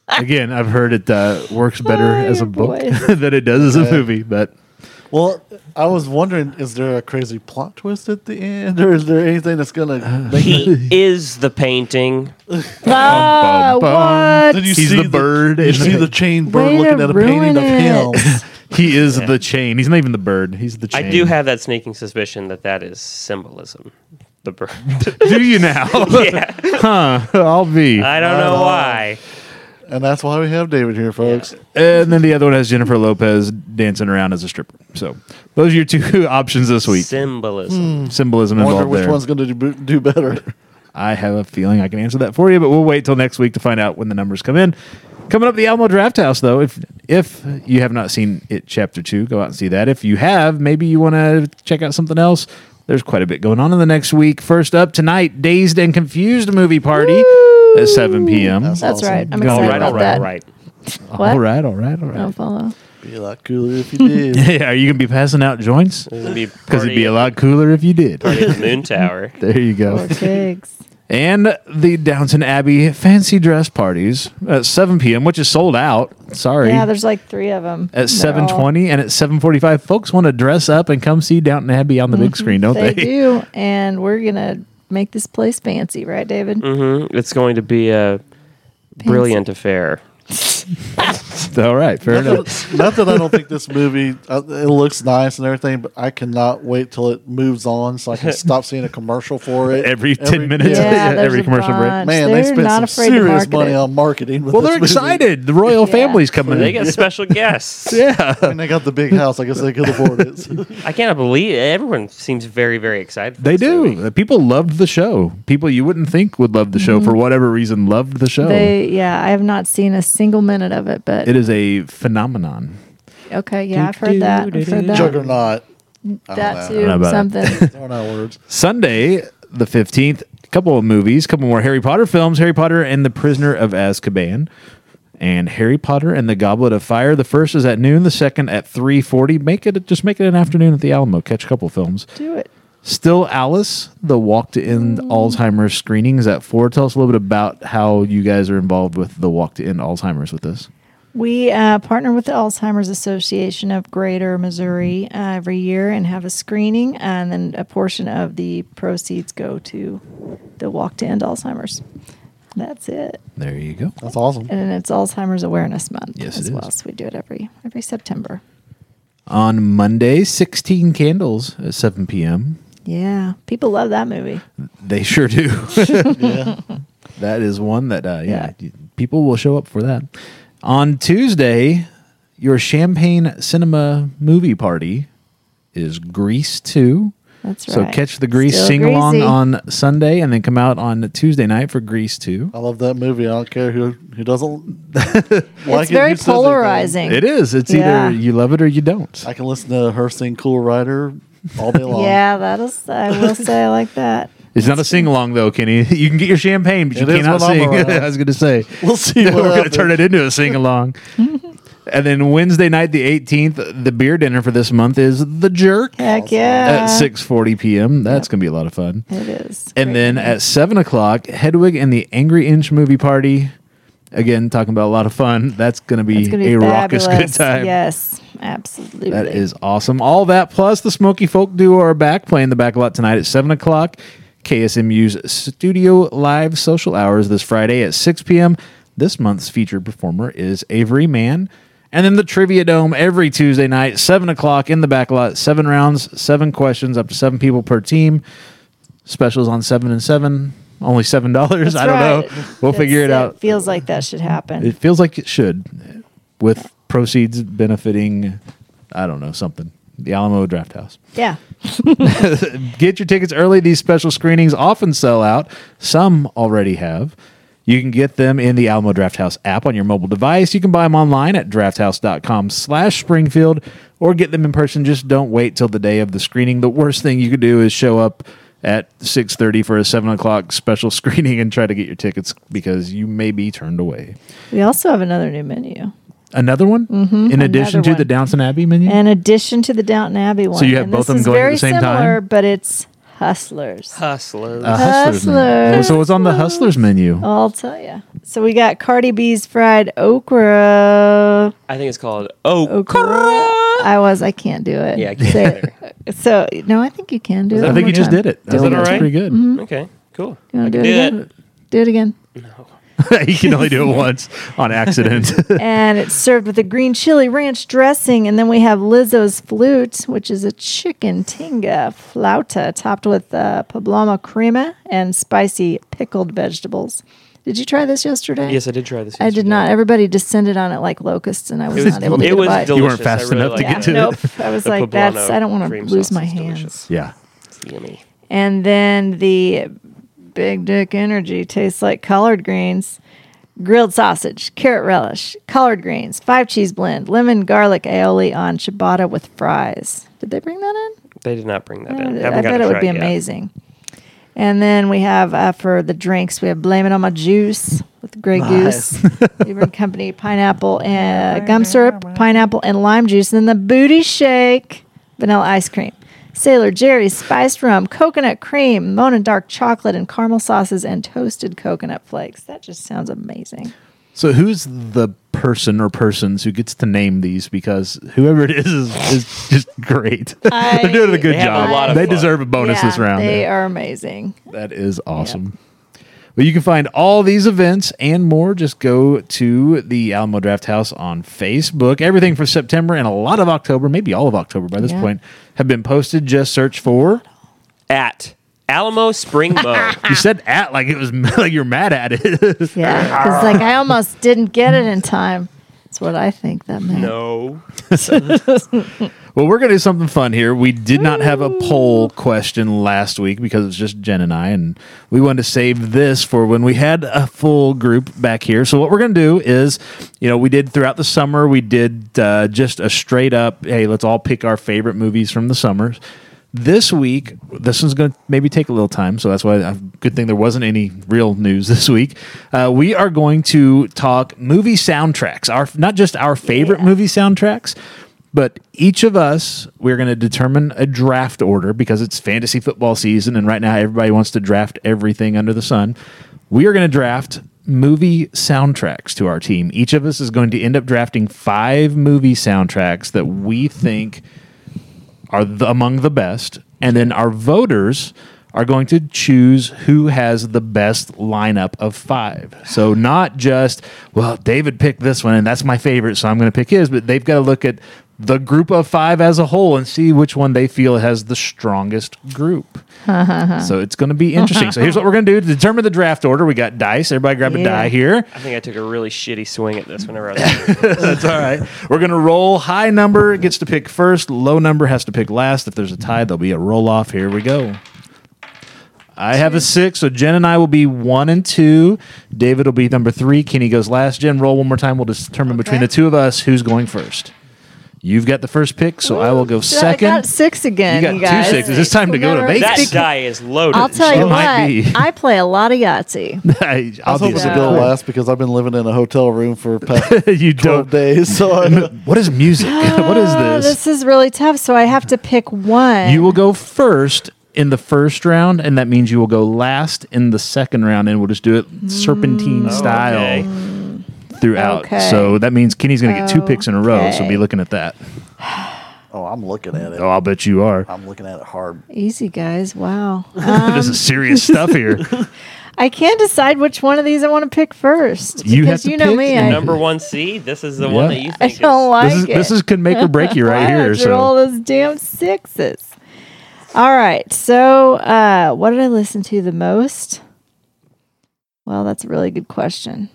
[SPEAKER 1] Again, I've heard it uh, works better
[SPEAKER 2] Ah,
[SPEAKER 1] as a
[SPEAKER 2] your
[SPEAKER 1] book
[SPEAKER 2] voice.
[SPEAKER 1] than it does as a movie, but
[SPEAKER 4] Well, I was wondering, is there a crazy plot twist at the end, or is there anything that's gonna? Make it?
[SPEAKER 3] he is the painting.
[SPEAKER 2] Ah,
[SPEAKER 1] Bum, bum,
[SPEAKER 2] what?
[SPEAKER 4] Did you
[SPEAKER 1] He's
[SPEAKER 4] see
[SPEAKER 1] the bird
[SPEAKER 4] You
[SPEAKER 1] in
[SPEAKER 4] see
[SPEAKER 1] the-
[SPEAKER 4] the
[SPEAKER 2] Way
[SPEAKER 4] chain bird
[SPEAKER 2] to
[SPEAKER 4] looking at a painting
[SPEAKER 2] ruin
[SPEAKER 4] of him.
[SPEAKER 2] it.
[SPEAKER 1] he is the chain. He's not even the bird. He's the
[SPEAKER 3] I
[SPEAKER 1] chain.
[SPEAKER 3] do have that sneaking suspicion that that is symbolism. The bird.
[SPEAKER 1] Do you now? huh? I'll be.
[SPEAKER 3] I don't know why.
[SPEAKER 4] And that's why we have David here, folks.
[SPEAKER 1] and then the other one has Jennifer Lopez dancing around as a stripper. So those are your two options this week.
[SPEAKER 3] Symbolism.
[SPEAKER 1] Symbolism
[SPEAKER 4] I
[SPEAKER 1] involved
[SPEAKER 4] wonder which
[SPEAKER 1] there.
[SPEAKER 4] one's going to do, do better.
[SPEAKER 1] I have a feeling I can answer that for you, but we'll wait till next week to find out when the numbers come in. Coming up, the Alamo Draft House, though, if if you have not seen it, Chapter Two, go out and see that. If you have, maybe you want to check out something else. There's quite a bit going on in the next week. First up tonight, Dazed and Confused movie party at 7 p.m.
[SPEAKER 2] That's
[SPEAKER 4] Awesome.
[SPEAKER 2] right. I'm
[SPEAKER 1] All
[SPEAKER 2] excited
[SPEAKER 3] All right,
[SPEAKER 2] about
[SPEAKER 3] all right,
[SPEAKER 2] that.
[SPEAKER 3] all right.
[SPEAKER 1] all right, all right, all
[SPEAKER 2] Don't
[SPEAKER 1] right.
[SPEAKER 2] follow.
[SPEAKER 4] Be a lot cooler if you did.
[SPEAKER 1] Yeah, are you gonna be passing out joints?
[SPEAKER 3] Because it'd be,
[SPEAKER 1] Because it'd be a
[SPEAKER 3] party
[SPEAKER 1] lot cooler if you did.
[SPEAKER 3] at the moon tower.
[SPEAKER 1] There you go.
[SPEAKER 2] Or pigs.
[SPEAKER 1] and the Downton Abbey fancy dress parties at 7 p.m., which is sold out. Sorry.
[SPEAKER 2] Yeah, there's like three of them.
[SPEAKER 1] at 7.20 and at 7.45 folks want to dress up and come see downton abbey on the big screen don't
[SPEAKER 2] Mm-hmm. They
[SPEAKER 1] they,
[SPEAKER 2] do, and we're gonna make this place fancy, right, David?
[SPEAKER 3] hmm It's going to be a brilliant affair.
[SPEAKER 1] all right fair
[SPEAKER 4] Not
[SPEAKER 1] enough
[SPEAKER 4] that- Not that I don't think this movie uh, it looks nice and everything, but I cannot wait till it moves on so I can stop seeing a commercial for it
[SPEAKER 1] every 10 minutes
[SPEAKER 4] Yeah.
[SPEAKER 2] Yeah, there's
[SPEAKER 1] every
[SPEAKER 2] a
[SPEAKER 1] commercial break
[SPEAKER 2] bunch.
[SPEAKER 4] Man,
[SPEAKER 2] They're
[SPEAKER 4] they spent
[SPEAKER 2] not
[SPEAKER 4] some
[SPEAKER 2] afraid to
[SPEAKER 4] serious
[SPEAKER 2] market
[SPEAKER 4] money
[SPEAKER 2] it.
[SPEAKER 4] on marketing. With
[SPEAKER 1] well
[SPEAKER 4] this
[SPEAKER 1] they're
[SPEAKER 4] movie.
[SPEAKER 1] excited the royal
[SPEAKER 2] Yeah.
[SPEAKER 1] family's coming
[SPEAKER 3] They
[SPEAKER 1] in
[SPEAKER 3] got special guests.
[SPEAKER 1] yeah
[SPEAKER 4] I mean, they got the big house. I guess they could afford it.
[SPEAKER 3] I cannot believe everyone seems very, very excited. For
[SPEAKER 1] they
[SPEAKER 3] this
[SPEAKER 1] do
[SPEAKER 3] movie.
[SPEAKER 1] Uh, people loved the show people you wouldn't think would love the show for whatever reason loved the show
[SPEAKER 2] Mm-hmm. They, yeah, I have not seen a single minute of it, but
[SPEAKER 1] it is a phenomenon
[SPEAKER 2] okay, yeah, I've heard that. I've heard that.
[SPEAKER 4] Juggernaut.
[SPEAKER 2] that
[SPEAKER 1] I don't
[SPEAKER 2] too,
[SPEAKER 1] know about
[SPEAKER 2] something.
[SPEAKER 4] Thrown out words.
[SPEAKER 1] sunday the 15th a couple of movies couple more harry potter films harry potter and the prisoner of azkaban and Harry Potter and the Goblet of Fire. The first is at noon, the second at 3:40. Make it just make it an afternoon at the Alamo, catch a couple films.
[SPEAKER 2] Do it.
[SPEAKER 1] Still Alice, the Walk to End Alzheimer's screening is at 4. Tell us a little bit about how you guys are involved with the Walk to End Alzheimer's with this.
[SPEAKER 2] We uh, partner with the Alzheimer's Association of Greater Missouri uh, every year and have a screening, and then a portion of the proceeds go to the Walk to End Alzheimer's. That's it,
[SPEAKER 1] There you go.
[SPEAKER 4] That's awesome.
[SPEAKER 2] and it's Alzheimer's Awareness Month
[SPEAKER 1] Yes,
[SPEAKER 2] as
[SPEAKER 1] it
[SPEAKER 2] well.
[SPEAKER 1] is.
[SPEAKER 2] So we do it every every September.
[SPEAKER 1] On Monday, 16 candles at 7 p.m.
[SPEAKER 2] Yeah, people love that movie.
[SPEAKER 1] They sure do.
[SPEAKER 4] yeah.
[SPEAKER 1] That is one that, uh, yeah,
[SPEAKER 2] Yeah.
[SPEAKER 1] you- people will show up for that. On Tuesday, your Champagne Cinema movie party is Grease 2.
[SPEAKER 2] That's
[SPEAKER 1] So
[SPEAKER 2] right.
[SPEAKER 1] catch the Grease
[SPEAKER 2] Still
[SPEAKER 1] sing along
[SPEAKER 2] greasy.
[SPEAKER 1] on Sunday and then come out on Tuesday night for Grease 2.
[SPEAKER 4] I love that movie. I don't care who who doesn't like
[SPEAKER 2] It's very
[SPEAKER 4] it, who says anything.
[SPEAKER 2] polarizing.
[SPEAKER 1] It is. It's
[SPEAKER 2] Yeah.
[SPEAKER 1] either you love it or you don't.
[SPEAKER 4] I can listen to her sing "Cool Rider" all day long.
[SPEAKER 2] Yeah, that is. I will say I like that.
[SPEAKER 1] It's not a sing along though, Kenny. You can get your champagne, but you
[SPEAKER 4] It is
[SPEAKER 1] cannot
[SPEAKER 4] when I'm
[SPEAKER 1] sing.
[SPEAKER 4] around.
[SPEAKER 1] I was going to say
[SPEAKER 4] We'll see.
[SPEAKER 1] we're
[SPEAKER 4] what
[SPEAKER 1] going to
[SPEAKER 4] happens.
[SPEAKER 1] turn it into a sing along. and then Wednesday night, the 18th, the beer dinner for this month is the Jerk
[SPEAKER 2] Heck yeah,
[SPEAKER 1] at 6:40 p.m. That's going to be a lot of fun.
[SPEAKER 2] It is.
[SPEAKER 1] And
[SPEAKER 2] Great
[SPEAKER 1] then
[SPEAKER 2] movie.
[SPEAKER 1] at seven o'clock, Hedwig and the Angry Inch movie party. Again, talking about a lot of fun. That's going to be
[SPEAKER 2] It's gonna be
[SPEAKER 1] a
[SPEAKER 2] fabulous.
[SPEAKER 1] raucous good time.
[SPEAKER 2] Yes, absolutely.
[SPEAKER 1] That is awesome. All that plus the Smoky Folk Duo are back playing the back lot tonight at seven o'clock. KSMU's studio live social hours this Friday at six p.m. This month's featured performer is Avery Mann. And then the Trivia Dome every Tuesday night, seven o'clock in the back lot. Seven rounds, seven questions, up to seven people per team. Specials on seven and seven, only seven dollars.
[SPEAKER 2] That's
[SPEAKER 1] I don't
[SPEAKER 2] right.
[SPEAKER 1] know. We'll
[SPEAKER 2] That's-
[SPEAKER 1] figure it out.
[SPEAKER 2] Feels like that should happen.
[SPEAKER 1] It feels like it should, with proceeds benefiting, I don't know, something. The Alamo Draft House.
[SPEAKER 2] yeah.
[SPEAKER 1] Get your tickets early. These special screenings often sell out. Some already have. You can get them in the Alamo Draft House app on your mobile device. You can buy them online at drafthouse.com slash Springfield or get them in person. Just don't wait till the day of the screening. The worst thing you could do is show up at 6.30 for a 7 o'clock special screening and try to get your tickets because you may be turned away.
[SPEAKER 2] We also have another new menu.
[SPEAKER 1] Another one? Mm-hmm, in addition to
[SPEAKER 2] another
[SPEAKER 1] the
[SPEAKER 2] one.
[SPEAKER 1] Downton Abbey menu?
[SPEAKER 2] In addition to the Downton Abbey one.
[SPEAKER 1] you have
[SPEAKER 2] And
[SPEAKER 1] both
[SPEAKER 2] this
[SPEAKER 1] of them
[SPEAKER 2] is
[SPEAKER 1] going at
[SPEAKER 2] very
[SPEAKER 1] the same
[SPEAKER 2] similar,
[SPEAKER 1] time?
[SPEAKER 2] But it's Hustlers.
[SPEAKER 3] Hustlers.
[SPEAKER 1] A Hustlers menu.
[SPEAKER 2] Hustlers. Oh,
[SPEAKER 1] Oh, So it's on the Hustlers menu.
[SPEAKER 2] I'll tell you. So we got Cardi B's fried okra.
[SPEAKER 3] I think it's called Oh
[SPEAKER 2] Okra. I was. I can't do it.
[SPEAKER 3] Yeah, I can't
[SPEAKER 2] Say it. So no, I think you can do it.
[SPEAKER 1] I
[SPEAKER 2] one
[SPEAKER 1] think
[SPEAKER 2] more
[SPEAKER 1] you just
[SPEAKER 2] time.
[SPEAKER 1] did it. I
[SPEAKER 3] Is
[SPEAKER 1] think
[SPEAKER 3] that
[SPEAKER 1] that's
[SPEAKER 3] alright?
[SPEAKER 1] pretty good.
[SPEAKER 3] Okay, cool.
[SPEAKER 2] You
[SPEAKER 3] I
[SPEAKER 2] want to
[SPEAKER 3] can
[SPEAKER 2] do it again? Do it again.
[SPEAKER 1] you can only do
[SPEAKER 2] Mm-hmm.
[SPEAKER 1] it once on accident.
[SPEAKER 2] and it's served with a green chili ranch dressing. And then we have Lizzo's flute, which is a chicken tinga flauta topped with uh, poblano crema and spicy pickled vegetables. Did you try this yesterday?
[SPEAKER 3] Yes, I did try this.
[SPEAKER 2] I did
[SPEAKER 3] yesterday.
[SPEAKER 2] not. Everybody descended on it like locusts, and I was,
[SPEAKER 3] It was
[SPEAKER 2] not able to
[SPEAKER 3] it
[SPEAKER 2] get
[SPEAKER 3] was
[SPEAKER 2] a bite.
[SPEAKER 3] delicious.
[SPEAKER 1] weren't fast
[SPEAKER 3] I really
[SPEAKER 1] enough to
[SPEAKER 3] liked
[SPEAKER 1] get
[SPEAKER 2] yeah,
[SPEAKER 1] to
[SPEAKER 3] it.
[SPEAKER 1] it.
[SPEAKER 2] nope. I was
[SPEAKER 3] The
[SPEAKER 2] like,
[SPEAKER 3] poblano
[SPEAKER 2] that's. I don't want to
[SPEAKER 3] cream
[SPEAKER 2] lose
[SPEAKER 3] sauce
[SPEAKER 2] my
[SPEAKER 3] is
[SPEAKER 2] hands.
[SPEAKER 3] delicious.
[SPEAKER 1] yeah.
[SPEAKER 3] It's yummy.
[SPEAKER 2] And then the Big Dick Energy tastes like collard greens, grilled sausage, carrot relish, collard greens, five cheese blend, lemon garlic aioli on ciabatta with fries. Did they bring that in?
[SPEAKER 3] They did not bring that in.
[SPEAKER 2] I, bet
[SPEAKER 3] Haven't got to
[SPEAKER 2] it
[SPEAKER 3] try
[SPEAKER 2] would be
[SPEAKER 3] yet.
[SPEAKER 2] amazing. And then we have uh, for the drinks, we have Blame It On My Juice with Grey Goose, Beaver and Company, pineapple, and uh, gum syrup, pineapple, and lime juice. And then the Booty Shake, vanilla ice cream, Sailor Jerry's spiced rum, coconut cream, Mona dark chocolate, and caramel sauces, and toasted coconut flakes. That just sounds amazing.
[SPEAKER 1] So who's the person or persons who gets to name these? Because whoever it is is, is just great.
[SPEAKER 2] I-
[SPEAKER 1] They're doing a good
[SPEAKER 3] They have a
[SPEAKER 1] job.
[SPEAKER 3] lot of
[SPEAKER 1] they
[SPEAKER 3] fun.
[SPEAKER 1] deserve a bonus
[SPEAKER 2] Yeah,
[SPEAKER 1] this round.
[SPEAKER 2] They
[SPEAKER 1] Yeah.
[SPEAKER 2] are amazing.
[SPEAKER 1] That is awesome. Well, you can find all these events and more. Just go to the Alamo Draft House on Facebook. Everything for September and a lot of October, maybe all of October by this
[SPEAKER 2] Yeah.
[SPEAKER 1] point, have been posted. Just search for.
[SPEAKER 3] At Alamo Spring Mo.
[SPEAKER 1] You said at like it was like you're mad at it.
[SPEAKER 2] Yeah, because like I almost didn't get it in time. That's what I think that meant.
[SPEAKER 3] no.
[SPEAKER 1] well, we're gonna do something fun here. We did not have a poll question last week because it was just Jen and I, and we wanted to save this for when we had a full group back here. So what we're gonna do is, you know, we did throughout the summer. We did uh, just a straight up, hey, let's all pick our favorite movies from the summers. This week, this one's going to maybe take a little time, so that's why I good thing there wasn't any real news this week. Uh, we are going to talk movie soundtracks, our not just our favorite movie soundtracks, but each of us we're going to determine a draft order because it's fantasy football season, and right now everybody wants to draft everything under the sun. We are going to draft movie soundtracks to our team. Each of us is going to end up drafting five movie soundtracks that we think are the, among the best, and then our voters are going to choose who has the best lineup of five. So not just well, David picked this one and that's my favorite, so I'm going to pick his. But they've got to look at the group of five as a whole and see which one they feel has the strongest group. so it's going to be interesting. so here's what we're going to do to determine the draft order. We got dice. Everybody grab a
[SPEAKER 2] Yeah.
[SPEAKER 1] die here.
[SPEAKER 3] I think I took a really shitty swing at this whenever I was
[SPEAKER 1] That's all right. We're gonna roll. High number gets to pick first. Low number has to pick last. If there's a tie, there'll be a roll off. Here we go. I have a six, so Jen and I will be one and two. David will be number three. Kenny goes last. Jen, roll one more time. We'll determine between
[SPEAKER 2] Okay.
[SPEAKER 1] the two of us who's going first. You've got the first pick, so I will go
[SPEAKER 2] Shit, I got
[SPEAKER 1] second.
[SPEAKER 2] six again.
[SPEAKER 1] You got
[SPEAKER 2] You, guys.
[SPEAKER 1] two sixes. It's time to go to
[SPEAKER 2] Whenever-
[SPEAKER 1] Vegas.
[SPEAKER 3] that
[SPEAKER 1] Speaking-
[SPEAKER 3] die is loaded.
[SPEAKER 2] I'll tell
[SPEAKER 1] It
[SPEAKER 2] you what.
[SPEAKER 1] might be.
[SPEAKER 2] I play a lot of Yahtzee.
[SPEAKER 1] I,
[SPEAKER 4] I was hoping to go
[SPEAKER 2] Yeah.
[SPEAKER 4] last because I've been living in a hotel room for past
[SPEAKER 1] you don't.
[SPEAKER 4] twelve days. So I,
[SPEAKER 1] What is music? what is
[SPEAKER 2] Oh,
[SPEAKER 1] this?
[SPEAKER 2] this is really tough. So I have to pick one.
[SPEAKER 1] You will go first in the first round, and that means you will go last in the second round, and we'll just do it serpentine style
[SPEAKER 3] okay.
[SPEAKER 1] throughout.
[SPEAKER 2] Mm. Okay.
[SPEAKER 1] So that means Kenny's going to get two picks in a row. So
[SPEAKER 2] Okay.
[SPEAKER 1] be looking at that.
[SPEAKER 4] oh, I'm looking at it.
[SPEAKER 1] Oh, I'll bet you are.
[SPEAKER 4] I'm looking at it hard.
[SPEAKER 2] Easy, guys. Wow. Um,
[SPEAKER 1] this is serious stuff here.
[SPEAKER 2] I can't decide which one of these I want to pick first.
[SPEAKER 1] You have
[SPEAKER 2] because
[SPEAKER 1] to
[SPEAKER 2] you know
[SPEAKER 1] pick
[SPEAKER 2] me.
[SPEAKER 1] the
[SPEAKER 2] I,
[SPEAKER 3] Number one seed. This is the one
[SPEAKER 1] Yeah.
[SPEAKER 3] that you
[SPEAKER 2] I
[SPEAKER 3] think is-
[SPEAKER 2] don't like
[SPEAKER 1] this is
[SPEAKER 2] it.
[SPEAKER 1] this is can make or break you right
[SPEAKER 2] Why
[SPEAKER 1] here.
[SPEAKER 2] did you Roll
[SPEAKER 1] So
[SPEAKER 2] those damn sixes. All right. So, uh, what did I listen to the most? Well, that's a really good question.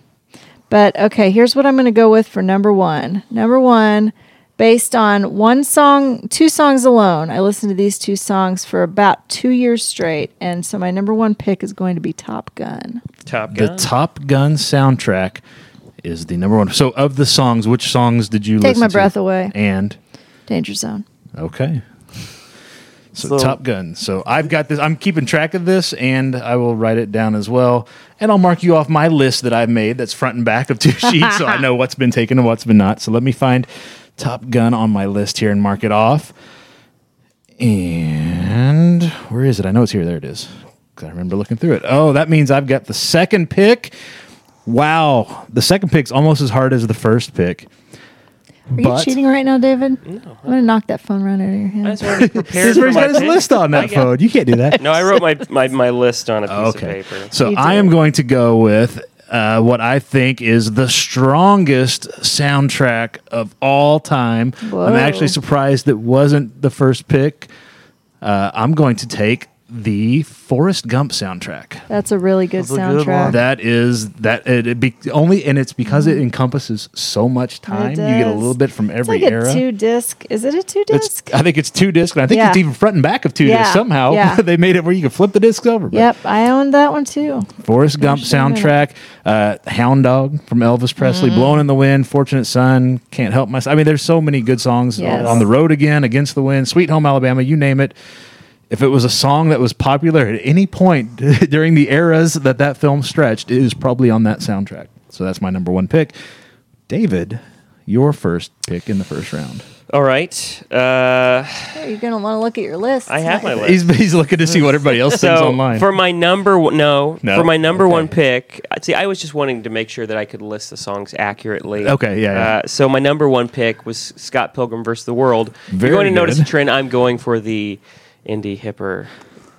[SPEAKER 2] But okay, here's what I'm going to go with for number one. Number one, based on one song, two songs alone, I listened to these two songs for about two years straight. And so my number one pick is going to be Top Gun.
[SPEAKER 3] Top
[SPEAKER 1] the
[SPEAKER 3] Gun.
[SPEAKER 1] Top Gun soundtrack is the number one. So of the songs, which songs did you
[SPEAKER 2] Take
[SPEAKER 1] listen
[SPEAKER 2] my
[SPEAKER 1] to?
[SPEAKER 2] breath away.
[SPEAKER 1] And
[SPEAKER 2] Danger Zone.
[SPEAKER 1] Okay. So,
[SPEAKER 4] So-
[SPEAKER 1] Top Gun. So I've got this. I'm keeping track of this, and I will write it down as well. And I'll mark you off my list that I've made. That's front and back of two sheets, so I know what's been taken and what's been not. So let me find Top Gun on my list here and mark it off. And where is it? I know it's here. There it is. 'Cause I remember looking through it. Oh, that means I've got the second pick. Wow, the second pick's almost as hard as the first pick.
[SPEAKER 2] Are
[SPEAKER 1] But-
[SPEAKER 2] you cheating right now, David? No. I'm going to knock that phone right out of your hand.
[SPEAKER 3] I was already prepared
[SPEAKER 1] He's
[SPEAKER 3] for
[SPEAKER 1] already
[SPEAKER 3] my
[SPEAKER 1] got his
[SPEAKER 3] pick. Oh,
[SPEAKER 1] list on that
[SPEAKER 3] I got-
[SPEAKER 1] phone. You can't do that.
[SPEAKER 3] No, I wrote my, my, my list on a piece
[SPEAKER 1] okay.
[SPEAKER 3] of paper.
[SPEAKER 1] So
[SPEAKER 2] You
[SPEAKER 1] I
[SPEAKER 2] did.
[SPEAKER 1] am going to go with uh, what I think is the strongest soundtrack of all time. I'm
[SPEAKER 2] Whoa.
[SPEAKER 1] actually surprised it wasn't the first pick. Uh, I'm going to take the Forrest Gump soundtrack.
[SPEAKER 2] That's a really good
[SPEAKER 4] a good
[SPEAKER 2] soundtrack.
[SPEAKER 4] one.
[SPEAKER 1] That is that it, it be, only, and it's because it encompasses so much time. You get a
[SPEAKER 2] does.
[SPEAKER 1] little bit from
[SPEAKER 2] It's
[SPEAKER 1] every
[SPEAKER 2] like
[SPEAKER 1] era.
[SPEAKER 2] a two disc. Is it a two
[SPEAKER 1] It's,
[SPEAKER 2] disc?
[SPEAKER 1] I think it's two discs, and I think it's
[SPEAKER 2] Yeah.
[SPEAKER 1] even front and back of two
[SPEAKER 2] Yeah,
[SPEAKER 1] discs. Somehow
[SPEAKER 2] yeah.
[SPEAKER 1] they made it where you can flip the discs over. but-
[SPEAKER 2] Yep, I owned that one too.
[SPEAKER 1] Forrest Gump
[SPEAKER 2] sure about
[SPEAKER 1] soundtrack, uh, Hound Dog from Elvis Presley,
[SPEAKER 2] Mm-hmm.
[SPEAKER 1] Blown in the Wind, Fortunate Son, Can't Help Myself. I mean, there's so many good songs
[SPEAKER 2] Yes.
[SPEAKER 1] on the road again, Against the Wind, Sweet Home Alabama, you name it. If it was a song that was popular at any point during the eras that that film stretched, it is probably on that soundtrack. So that's my number one pick. David, your first pick in the first round.
[SPEAKER 3] All right. Uh,
[SPEAKER 2] Hey, You're gonna want to look at your list.
[SPEAKER 3] I have my list.
[SPEAKER 1] He's, he's looking to see what everybody else thinks
[SPEAKER 3] so
[SPEAKER 1] online.
[SPEAKER 3] for my number one, no,
[SPEAKER 1] No?
[SPEAKER 3] for my number
[SPEAKER 1] Okay.
[SPEAKER 3] one pick, I- see, I was just wanting to make sure that I could list the songs accurately.
[SPEAKER 1] Okay, yeah, yeah.
[SPEAKER 3] Uh, so my number one pick was Scott Pilgrim versus the World.
[SPEAKER 1] Very
[SPEAKER 3] You're going to notice a
[SPEAKER 1] good.
[SPEAKER 3] trend. I'm going for the indie hipper.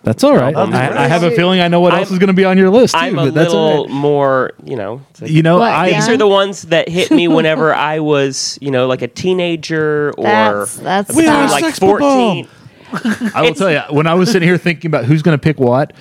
[SPEAKER 1] that's all right.
[SPEAKER 3] I'm-
[SPEAKER 1] I, I have a feeling I know what else
[SPEAKER 3] I'm-
[SPEAKER 1] is going to be on your list. Too,
[SPEAKER 3] I'm a
[SPEAKER 1] but that's all
[SPEAKER 3] little
[SPEAKER 1] right.
[SPEAKER 3] more, you know. it's like-
[SPEAKER 1] You know,
[SPEAKER 2] What,
[SPEAKER 1] I,
[SPEAKER 2] yeah?
[SPEAKER 3] these are the ones that hit me whenever I was, you know, like a teenager or
[SPEAKER 2] That's- that's
[SPEAKER 3] or
[SPEAKER 2] bad.
[SPEAKER 3] like
[SPEAKER 4] Sex bomb.
[SPEAKER 3] 14.
[SPEAKER 1] I will tell you, when I was sitting here thinking about who's going to pick what,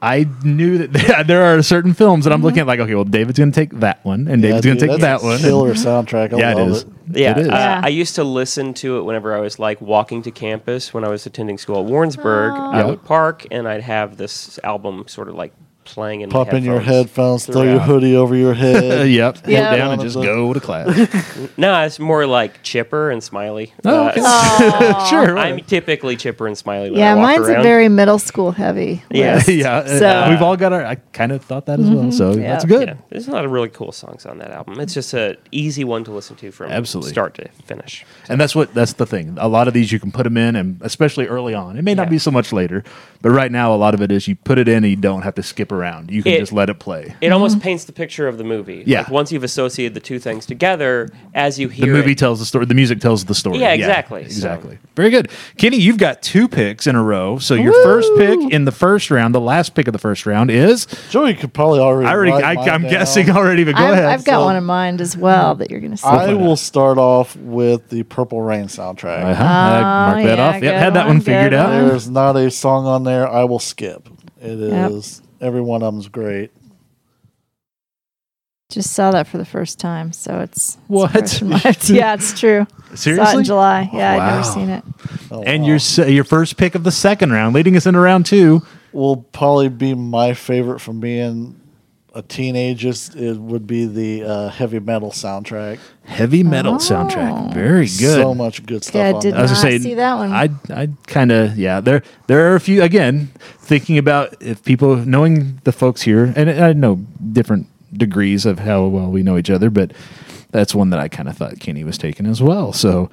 [SPEAKER 1] I knew that there are certain films that I'm looking at, like, okay, well, David's going to take that one, and David's
[SPEAKER 4] Yeah,
[SPEAKER 1] going
[SPEAKER 4] dude,
[SPEAKER 1] to take that
[SPEAKER 4] that's a
[SPEAKER 1] one.
[SPEAKER 4] Killer soundtrack. I
[SPEAKER 1] yeah, it
[SPEAKER 4] love
[SPEAKER 1] is.
[SPEAKER 4] it.
[SPEAKER 3] Yeah,
[SPEAKER 1] it is.
[SPEAKER 3] uh,
[SPEAKER 2] Yeah.
[SPEAKER 3] I used to listen to it whenever I was like walking to campus when I was attending school at
[SPEAKER 2] Oh.
[SPEAKER 3] Warrensburg. I
[SPEAKER 1] Yeah.
[SPEAKER 3] would park and I'd have this album sort of like playing in my
[SPEAKER 4] Pop in your
[SPEAKER 3] headphones
[SPEAKER 4] headphones, throw your
[SPEAKER 3] throughout.
[SPEAKER 4] hoodie over your
[SPEAKER 1] Uh,
[SPEAKER 4] head.
[SPEAKER 1] yep. Head
[SPEAKER 2] Yeah.
[SPEAKER 1] down and just go to class.
[SPEAKER 3] No, it's more like chipper and smiley.
[SPEAKER 1] Oh,
[SPEAKER 3] Uh,
[SPEAKER 1] okay.
[SPEAKER 3] it's-
[SPEAKER 1] sure.
[SPEAKER 3] I'm typically chipper and smiley. When
[SPEAKER 2] yeah,
[SPEAKER 3] I walk
[SPEAKER 2] mine's
[SPEAKER 3] around.
[SPEAKER 2] a very middle school heavy.
[SPEAKER 3] Yeah.
[SPEAKER 2] list.
[SPEAKER 1] yeah. uh,
[SPEAKER 2] So-
[SPEAKER 1] we've all got our, I kind of thought that as well. So that's good.
[SPEAKER 3] Mm-hmm. Yeah, there's a lot of really cool songs on that album. It's just a easy one to listen to from
[SPEAKER 1] Absolutely.
[SPEAKER 3] start to finish.
[SPEAKER 1] And that's what, that's the thing. A lot of these you can put them in, and especially early on. It may not
[SPEAKER 3] Yeah.
[SPEAKER 1] be so much later, but right now, a lot of it is you put it in and you don't have to skip around. You can
[SPEAKER 3] It-
[SPEAKER 1] just let it play.
[SPEAKER 3] It
[SPEAKER 2] Mm-hmm.
[SPEAKER 3] almost paints the picture of the movie.
[SPEAKER 1] Yeah.
[SPEAKER 3] Like once you've associated the two things together, as you hear
[SPEAKER 1] The movie
[SPEAKER 3] it,
[SPEAKER 1] tells the story. The music tells the story.
[SPEAKER 3] Yeah, exactly. So-
[SPEAKER 1] exactly. Very good, Kenny. You've got two picks in a row. So your first pick in the first round, the last pick of the first round is.
[SPEAKER 4] Joey could probably already.
[SPEAKER 1] I already.
[SPEAKER 4] write
[SPEAKER 1] I,
[SPEAKER 4] mine
[SPEAKER 1] I'm
[SPEAKER 4] down.
[SPEAKER 1] guessing already, but go
[SPEAKER 2] I've,
[SPEAKER 1] ahead.
[SPEAKER 2] I've got
[SPEAKER 4] so-
[SPEAKER 2] one in mind as well that you're going to see.
[SPEAKER 4] I will start off with the Purple Rain soundtrack.
[SPEAKER 1] Uh-huh. I mark
[SPEAKER 2] Oh,
[SPEAKER 1] that
[SPEAKER 2] yeah,
[SPEAKER 1] off. Yep,
[SPEAKER 2] good
[SPEAKER 1] had that
[SPEAKER 2] one,
[SPEAKER 1] one figured
[SPEAKER 2] good
[SPEAKER 1] out.
[SPEAKER 2] one.
[SPEAKER 4] There's not a song on there I will skip. It
[SPEAKER 2] Yep.
[SPEAKER 4] is every one of them's great.
[SPEAKER 2] Just saw that for the first time, so it's it's
[SPEAKER 1] What?
[SPEAKER 2] fresh in my- yeah, it's true. saw it
[SPEAKER 1] Seriously?
[SPEAKER 2] in July. Yeah, I'd never
[SPEAKER 1] Wow.
[SPEAKER 2] seen it.
[SPEAKER 4] Oh,
[SPEAKER 1] And
[SPEAKER 4] wow.
[SPEAKER 1] your se- your first pick of the second round, leading us into round two.
[SPEAKER 4] will probably be my favorite from being a teenager. It would be the uh, heavy metal soundtrack.
[SPEAKER 1] Heavy
[SPEAKER 2] Oh.
[SPEAKER 1] metal soundtrack. Very good.
[SPEAKER 4] So much good stuff.
[SPEAKER 2] Yeah, I
[SPEAKER 4] on
[SPEAKER 2] did
[SPEAKER 4] there.
[SPEAKER 1] I was
[SPEAKER 2] not
[SPEAKER 1] gonna say
[SPEAKER 2] see that one.
[SPEAKER 1] I I kind of yeah. There there are a few again. Thinking about if people knowing the folks here, and I know different degrees of how well we know each other, but that's one that I kind of thought Kenny was taking as well. So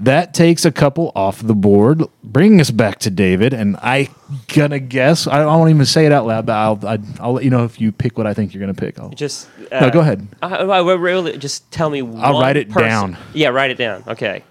[SPEAKER 1] that takes a couple off the board, bringing us back to David. And I gonna guess I, I won't even say it out loud, but I'll I, I'll let you know if you pick what I think you're gonna pick. I'll,
[SPEAKER 3] just uh,
[SPEAKER 1] No, go ahead.
[SPEAKER 3] I, I would really just tell me.
[SPEAKER 1] I'll
[SPEAKER 3] one
[SPEAKER 1] write it
[SPEAKER 3] person-
[SPEAKER 1] down.
[SPEAKER 3] Yeah, write it down. Okay.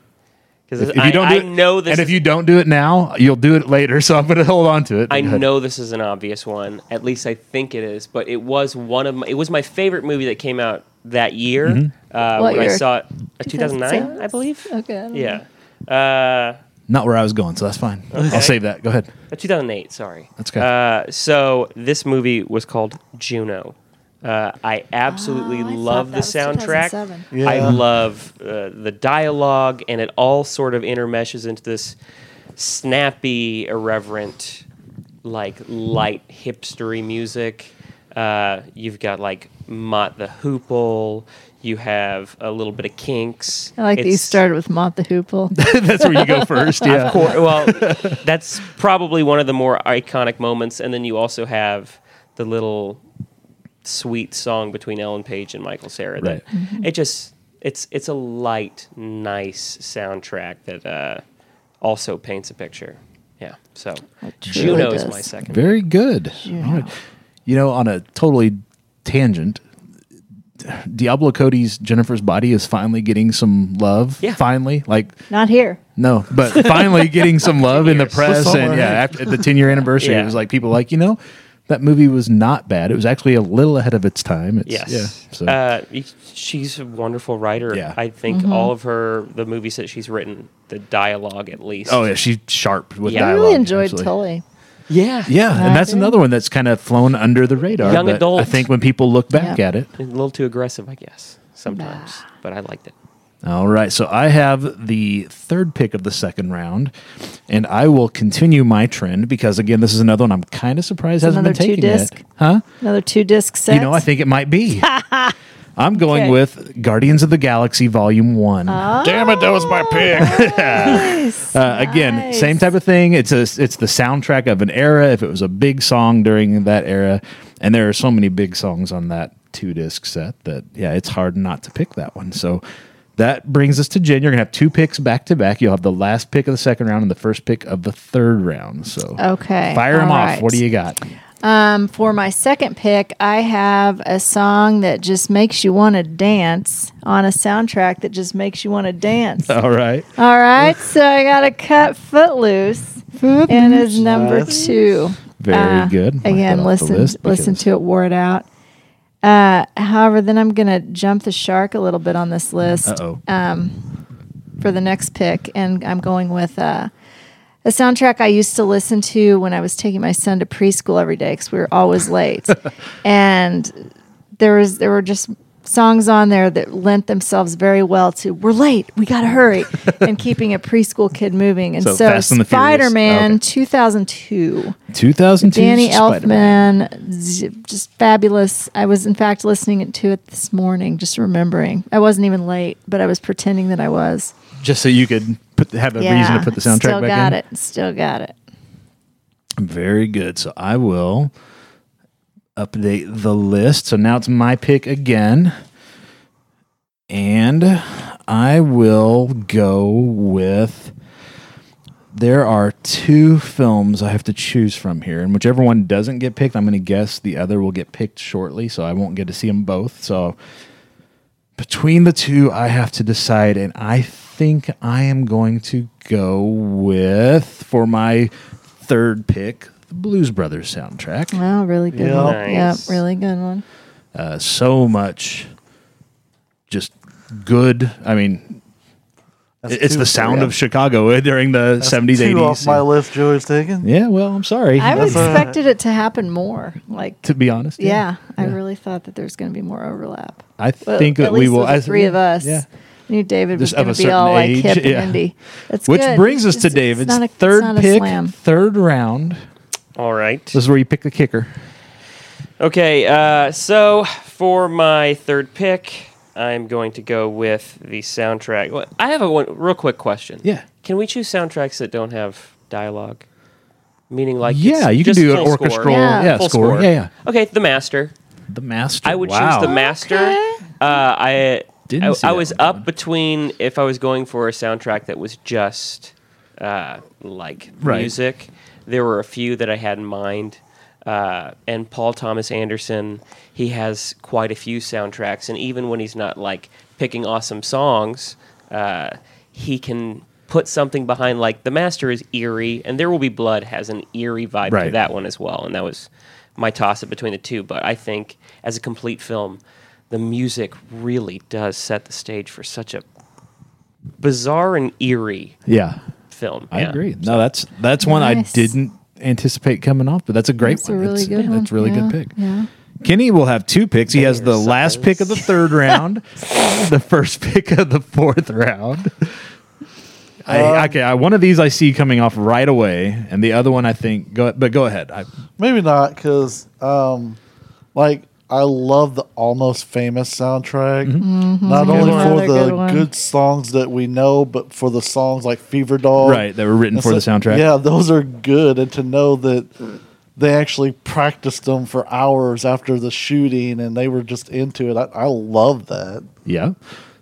[SPEAKER 3] Because
[SPEAKER 1] if you don't
[SPEAKER 3] I,
[SPEAKER 1] do
[SPEAKER 3] I
[SPEAKER 1] it,
[SPEAKER 3] know this.
[SPEAKER 1] and if
[SPEAKER 3] is-
[SPEAKER 1] you don't do it now, you'll do it later. So I'm gonna hold on to it.
[SPEAKER 3] I
[SPEAKER 1] Go ahead.
[SPEAKER 3] know this is an obvious one. At least I think it is. But it was one of my. It was my favorite movie that came out that year.
[SPEAKER 1] Mm-hmm.
[SPEAKER 3] Uh,
[SPEAKER 2] What
[SPEAKER 3] when I
[SPEAKER 2] year?
[SPEAKER 3] saw it, uh, 2009, I
[SPEAKER 2] 2006?
[SPEAKER 3] believe.
[SPEAKER 2] Okay. I don't know.
[SPEAKER 3] Yeah. Uh,
[SPEAKER 1] Not where I was going, so that's fine.
[SPEAKER 3] Okay.
[SPEAKER 1] I'll save that. Go ahead.
[SPEAKER 3] Uh, 2008, sorry.
[SPEAKER 1] That's okay.
[SPEAKER 3] Uh, so this movie was called Juno. Uh, I absolutely
[SPEAKER 2] Oh, I
[SPEAKER 3] love
[SPEAKER 2] thought
[SPEAKER 3] the
[SPEAKER 2] that was
[SPEAKER 3] soundtrack.
[SPEAKER 2] 2007.
[SPEAKER 3] I
[SPEAKER 4] Yeah.
[SPEAKER 3] love uh, the dialogue, and it all sort of intermeshes into this snappy, irreverent, like light hipstery music. Uh, you've got like Mott the Hoople. You have a little bit of Kinks.
[SPEAKER 2] I like that you
[SPEAKER 3] It's-
[SPEAKER 2] started with Mont the Hoople.
[SPEAKER 1] that's where you go first. Yeah.
[SPEAKER 3] of course. Well, that's probably one of the more iconic moments. And then you also have the little sweet song between Ellen Page and Michael Sarah. That
[SPEAKER 1] Right.
[SPEAKER 2] Mm-hmm.
[SPEAKER 3] It just it's it's a light, nice soundtrack that uh, also paints a picture. Yeah. So
[SPEAKER 2] truly
[SPEAKER 3] Juno is
[SPEAKER 2] does.
[SPEAKER 3] my second.
[SPEAKER 1] Very good. All right. You know, on a totally tangent, Diablo Cody's Jennifer's Body is finally getting some love.
[SPEAKER 3] Yeah.
[SPEAKER 1] Finally. Like,
[SPEAKER 2] Not here.
[SPEAKER 1] no, but finally getting some love in the press. And
[SPEAKER 4] somewhere.
[SPEAKER 1] yeah, after at the 10 year anniversary,
[SPEAKER 3] Yeah.
[SPEAKER 1] it was like people like, you know, that movie was not bad. It was actually a little ahead of its time. It's,
[SPEAKER 3] Yes.
[SPEAKER 1] Yeah. So.
[SPEAKER 3] uh, y- she's a wonderful writer.
[SPEAKER 1] Yeah.
[SPEAKER 3] I think
[SPEAKER 2] Mm-hmm.
[SPEAKER 3] all of her the movies that she's written, the dialogue at least.
[SPEAKER 1] oh, yeah. She's sharp with
[SPEAKER 3] Yeah.
[SPEAKER 2] I
[SPEAKER 1] dialogue.
[SPEAKER 2] really enjoyed
[SPEAKER 1] absolutely.
[SPEAKER 2] Tully.
[SPEAKER 3] yeah.
[SPEAKER 1] Yeah, and that's
[SPEAKER 2] Imagine.
[SPEAKER 1] another one that's kind of flown under the radar.
[SPEAKER 3] Young
[SPEAKER 1] but
[SPEAKER 3] adult.
[SPEAKER 1] I think when people look back
[SPEAKER 2] Yeah.
[SPEAKER 1] at it.
[SPEAKER 3] A little too aggressive, I guess, sometimes. But I liked it.
[SPEAKER 1] All right, so I have the third pick of the second round, and I will continue my trend because again, this is another one I'm kind of surprised hasn't been
[SPEAKER 2] another
[SPEAKER 1] taken
[SPEAKER 2] two-disc?
[SPEAKER 1] yet, huh?
[SPEAKER 2] Another two disc set.
[SPEAKER 1] You know, I think it might be. I'm going
[SPEAKER 2] Okay. Oh.
[SPEAKER 1] with Guardians of the Galaxy Volume One.
[SPEAKER 4] Damn it, that was my pick.
[SPEAKER 2] Nice.
[SPEAKER 1] Uh, again,
[SPEAKER 2] Nice.
[SPEAKER 1] same type of thing. It's a it's the soundtrack of an era. If it was a big song during that era, and there are so many big songs on that two disc set that yeah, it's hard not to pick that one. So that brings us to Jen. You're gonna have two picks back to back. You'll have the last pick of the second round and the first pick of the third round. So
[SPEAKER 2] Okay,
[SPEAKER 1] fire them
[SPEAKER 2] all
[SPEAKER 1] off.
[SPEAKER 2] right.
[SPEAKER 1] What do you got?
[SPEAKER 2] Um, for my second pick, I have a song that just makes you want to dance on a soundtrack that just makes you want to dance.
[SPEAKER 1] All right,
[SPEAKER 2] All right, so I got to cut Footloose, and is number
[SPEAKER 4] Nice.
[SPEAKER 2] two.
[SPEAKER 1] very
[SPEAKER 2] Uh,
[SPEAKER 1] good. Mark that
[SPEAKER 2] Again,
[SPEAKER 1] off the
[SPEAKER 2] listen,
[SPEAKER 1] list
[SPEAKER 2] listen
[SPEAKER 1] because-
[SPEAKER 2] to it, wore it out. Uh, however, then I'm gonna jump the shark a little bit on this list
[SPEAKER 1] Uh-oh.
[SPEAKER 2] for the next pick, and I'm going with uh, a soundtrack I used to listen to when I was taking my son to preschool every day because we were always late, and there was there were just songs on there that lent themselves very well to "We're late, we gotta hurry," and keeping a preschool kid moving. And
[SPEAKER 1] So
[SPEAKER 2] so,
[SPEAKER 1] Fast and the Furious.
[SPEAKER 2] Spider-Man
[SPEAKER 1] Okay.
[SPEAKER 2] 2002.
[SPEAKER 1] 2002.
[SPEAKER 2] Danny
[SPEAKER 1] Spider-Man.
[SPEAKER 2] Elfman, z- just fabulous. I was in fact listening to it this morning, just remembering. I wasn't even late, but I was pretending that I was.
[SPEAKER 1] Just so you could put have a reason to put the soundtrack
[SPEAKER 2] Still
[SPEAKER 1] back
[SPEAKER 2] got
[SPEAKER 1] in.
[SPEAKER 2] it. Still got it.
[SPEAKER 1] Very good. So I will update the list. So now it's my pick again. And I will go with There are two films I have to choose from here, and whichever one doesn't get picked, I'm going to guess the other will get picked shortly, so I won't get to see them both. So between the two, I have to decide, and I think I am going to go with for my third pick the Blues Brothers soundtrack.
[SPEAKER 2] Wow, really good
[SPEAKER 4] Yeah.
[SPEAKER 2] one.
[SPEAKER 3] Nice.
[SPEAKER 2] Yeah, really good one.
[SPEAKER 1] Uh, so much, just good. I mean,
[SPEAKER 4] That's
[SPEAKER 1] it's
[SPEAKER 4] two
[SPEAKER 1] the
[SPEAKER 4] for
[SPEAKER 1] sound
[SPEAKER 4] you.
[SPEAKER 1] of Chicago eh, during the
[SPEAKER 4] That's
[SPEAKER 1] seventies,
[SPEAKER 4] two
[SPEAKER 1] eighties.
[SPEAKER 4] off my list, Joey's taking.
[SPEAKER 1] Yeah, well, I'm sorry.
[SPEAKER 2] I
[SPEAKER 4] That's all right.
[SPEAKER 2] expected it to happen more. Like,
[SPEAKER 1] to be honest.
[SPEAKER 2] yeah, I really thought that there's going to be more overlap.
[SPEAKER 1] I
[SPEAKER 2] Well,
[SPEAKER 1] think that
[SPEAKER 2] at
[SPEAKER 1] we
[SPEAKER 2] least
[SPEAKER 1] will.
[SPEAKER 2] with the
[SPEAKER 1] I-
[SPEAKER 2] three of us.
[SPEAKER 1] Yeah.
[SPEAKER 2] Knew David was
[SPEAKER 1] Just of
[SPEAKER 2] going
[SPEAKER 1] a
[SPEAKER 2] to be all
[SPEAKER 1] certain
[SPEAKER 2] like
[SPEAKER 1] age,
[SPEAKER 2] hip
[SPEAKER 1] yeah.
[SPEAKER 2] and indie. That's
[SPEAKER 1] Which
[SPEAKER 2] good.
[SPEAKER 1] brings us
[SPEAKER 2] It's-
[SPEAKER 1] to
[SPEAKER 2] it's
[SPEAKER 1] David's
[SPEAKER 2] not a- it's not
[SPEAKER 1] third
[SPEAKER 2] a
[SPEAKER 1] pick,
[SPEAKER 2] slam.
[SPEAKER 1] third round.
[SPEAKER 3] All right.
[SPEAKER 1] This is where you pick the kicker.
[SPEAKER 3] Okay, uh, so for my third pick, I'm going to go with the soundtrack. Well, I have a one real quick question.
[SPEAKER 1] Yeah.
[SPEAKER 3] Can we choose soundtracks that don't have dialogue? Meaning, like
[SPEAKER 1] yeah,
[SPEAKER 3] it's
[SPEAKER 1] you can
[SPEAKER 3] just
[SPEAKER 1] do an
[SPEAKER 3] full score.
[SPEAKER 1] orchestral
[SPEAKER 2] Yeah.
[SPEAKER 1] yeah,
[SPEAKER 3] Full
[SPEAKER 1] score. Yeah, yeah.
[SPEAKER 3] Okay, The Master.
[SPEAKER 1] The master.
[SPEAKER 3] I would
[SPEAKER 1] Wow.
[SPEAKER 3] choose The Master.
[SPEAKER 2] Okay.
[SPEAKER 3] Uh, I
[SPEAKER 1] Didn't
[SPEAKER 3] I,
[SPEAKER 1] see
[SPEAKER 3] I
[SPEAKER 1] that
[SPEAKER 3] was
[SPEAKER 1] one
[SPEAKER 3] up
[SPEAKER 1] coming.
[SPEAKER 3] between if I was going for a soundtrack that was just uh, like
[SPEAKER 1] Right.
[SPEAKER 3] music. There were a few that I had in mind. Uh, and Paul Thomas Anderson, he has quite a few soundtracks, and even when he's not like picking awesome songs, uh, he can put something behind. Like the Master is eerie, and There Will Be Blood has an eerie vibe to
[SPEAKER 1] Right.
[SPEAKER 3] that one as well, and that was my toss up between the two. But I think as a complete film, the music really does set the stage for such a bizarre and eerie
[SPEAKER 1] Yeah,
[SPEAKER 3] film.
[SPEAKER 1] I
[SPEAKER 3] Yeah.
[SPEAKER 1] agree. No, that's that's one
[SPEAKER 2] Nice.
[SPEAKER 1] I didn't anticipate coming off, but that's a great
[SPEAKER 2] That's a
[SPEAKER 1] one.
[SPEAKER 2] really
[SPEAKER 1] It's-
[SPEAKER 2] good
[SPEAKER 1] yeah,
[SPEAKER 2] one.
[SPEAKER 1] That's a really
[SPEAKER 2] Yeah,
[SPEAKER 1] good pick.
[SPEAKER 2] Yeah.
[SPEAKER 1] Kenny will have two picks. He has the
[SPEAKER 3] Suckers.
[SPEAKER 1] last pick of the third round, the first pick of the fourth round. I, okay, I, one of these I see coming off right away, and the other one I think. Go, but go ahead. I,
[SPEAKER 4] Maybe not, because um, like I love the almost famous soundtrack.
[SPEAKER 1] Mm-hmm.
[SPEAKER 4] Not only
[SPEAKER 2] Another
[SPEAKER 4] for the
[SPEAKER 2] good one.
[SPEAKER 4] good, songs that we know, but for the songs like Fever Doll,
[SPEAKER 1] right, that were written
[SPEAKER 4] And
[SPEAKER 1] for the
[SPEAKER 4] so-
[SPEAKER 1] soundtrack.
[SPEAKER 4] Yeah, those are good, and to know that they actually practiced them for hours after the shooting, and they were just into it. I, I love that.
[SPEAKER 1] Yeah.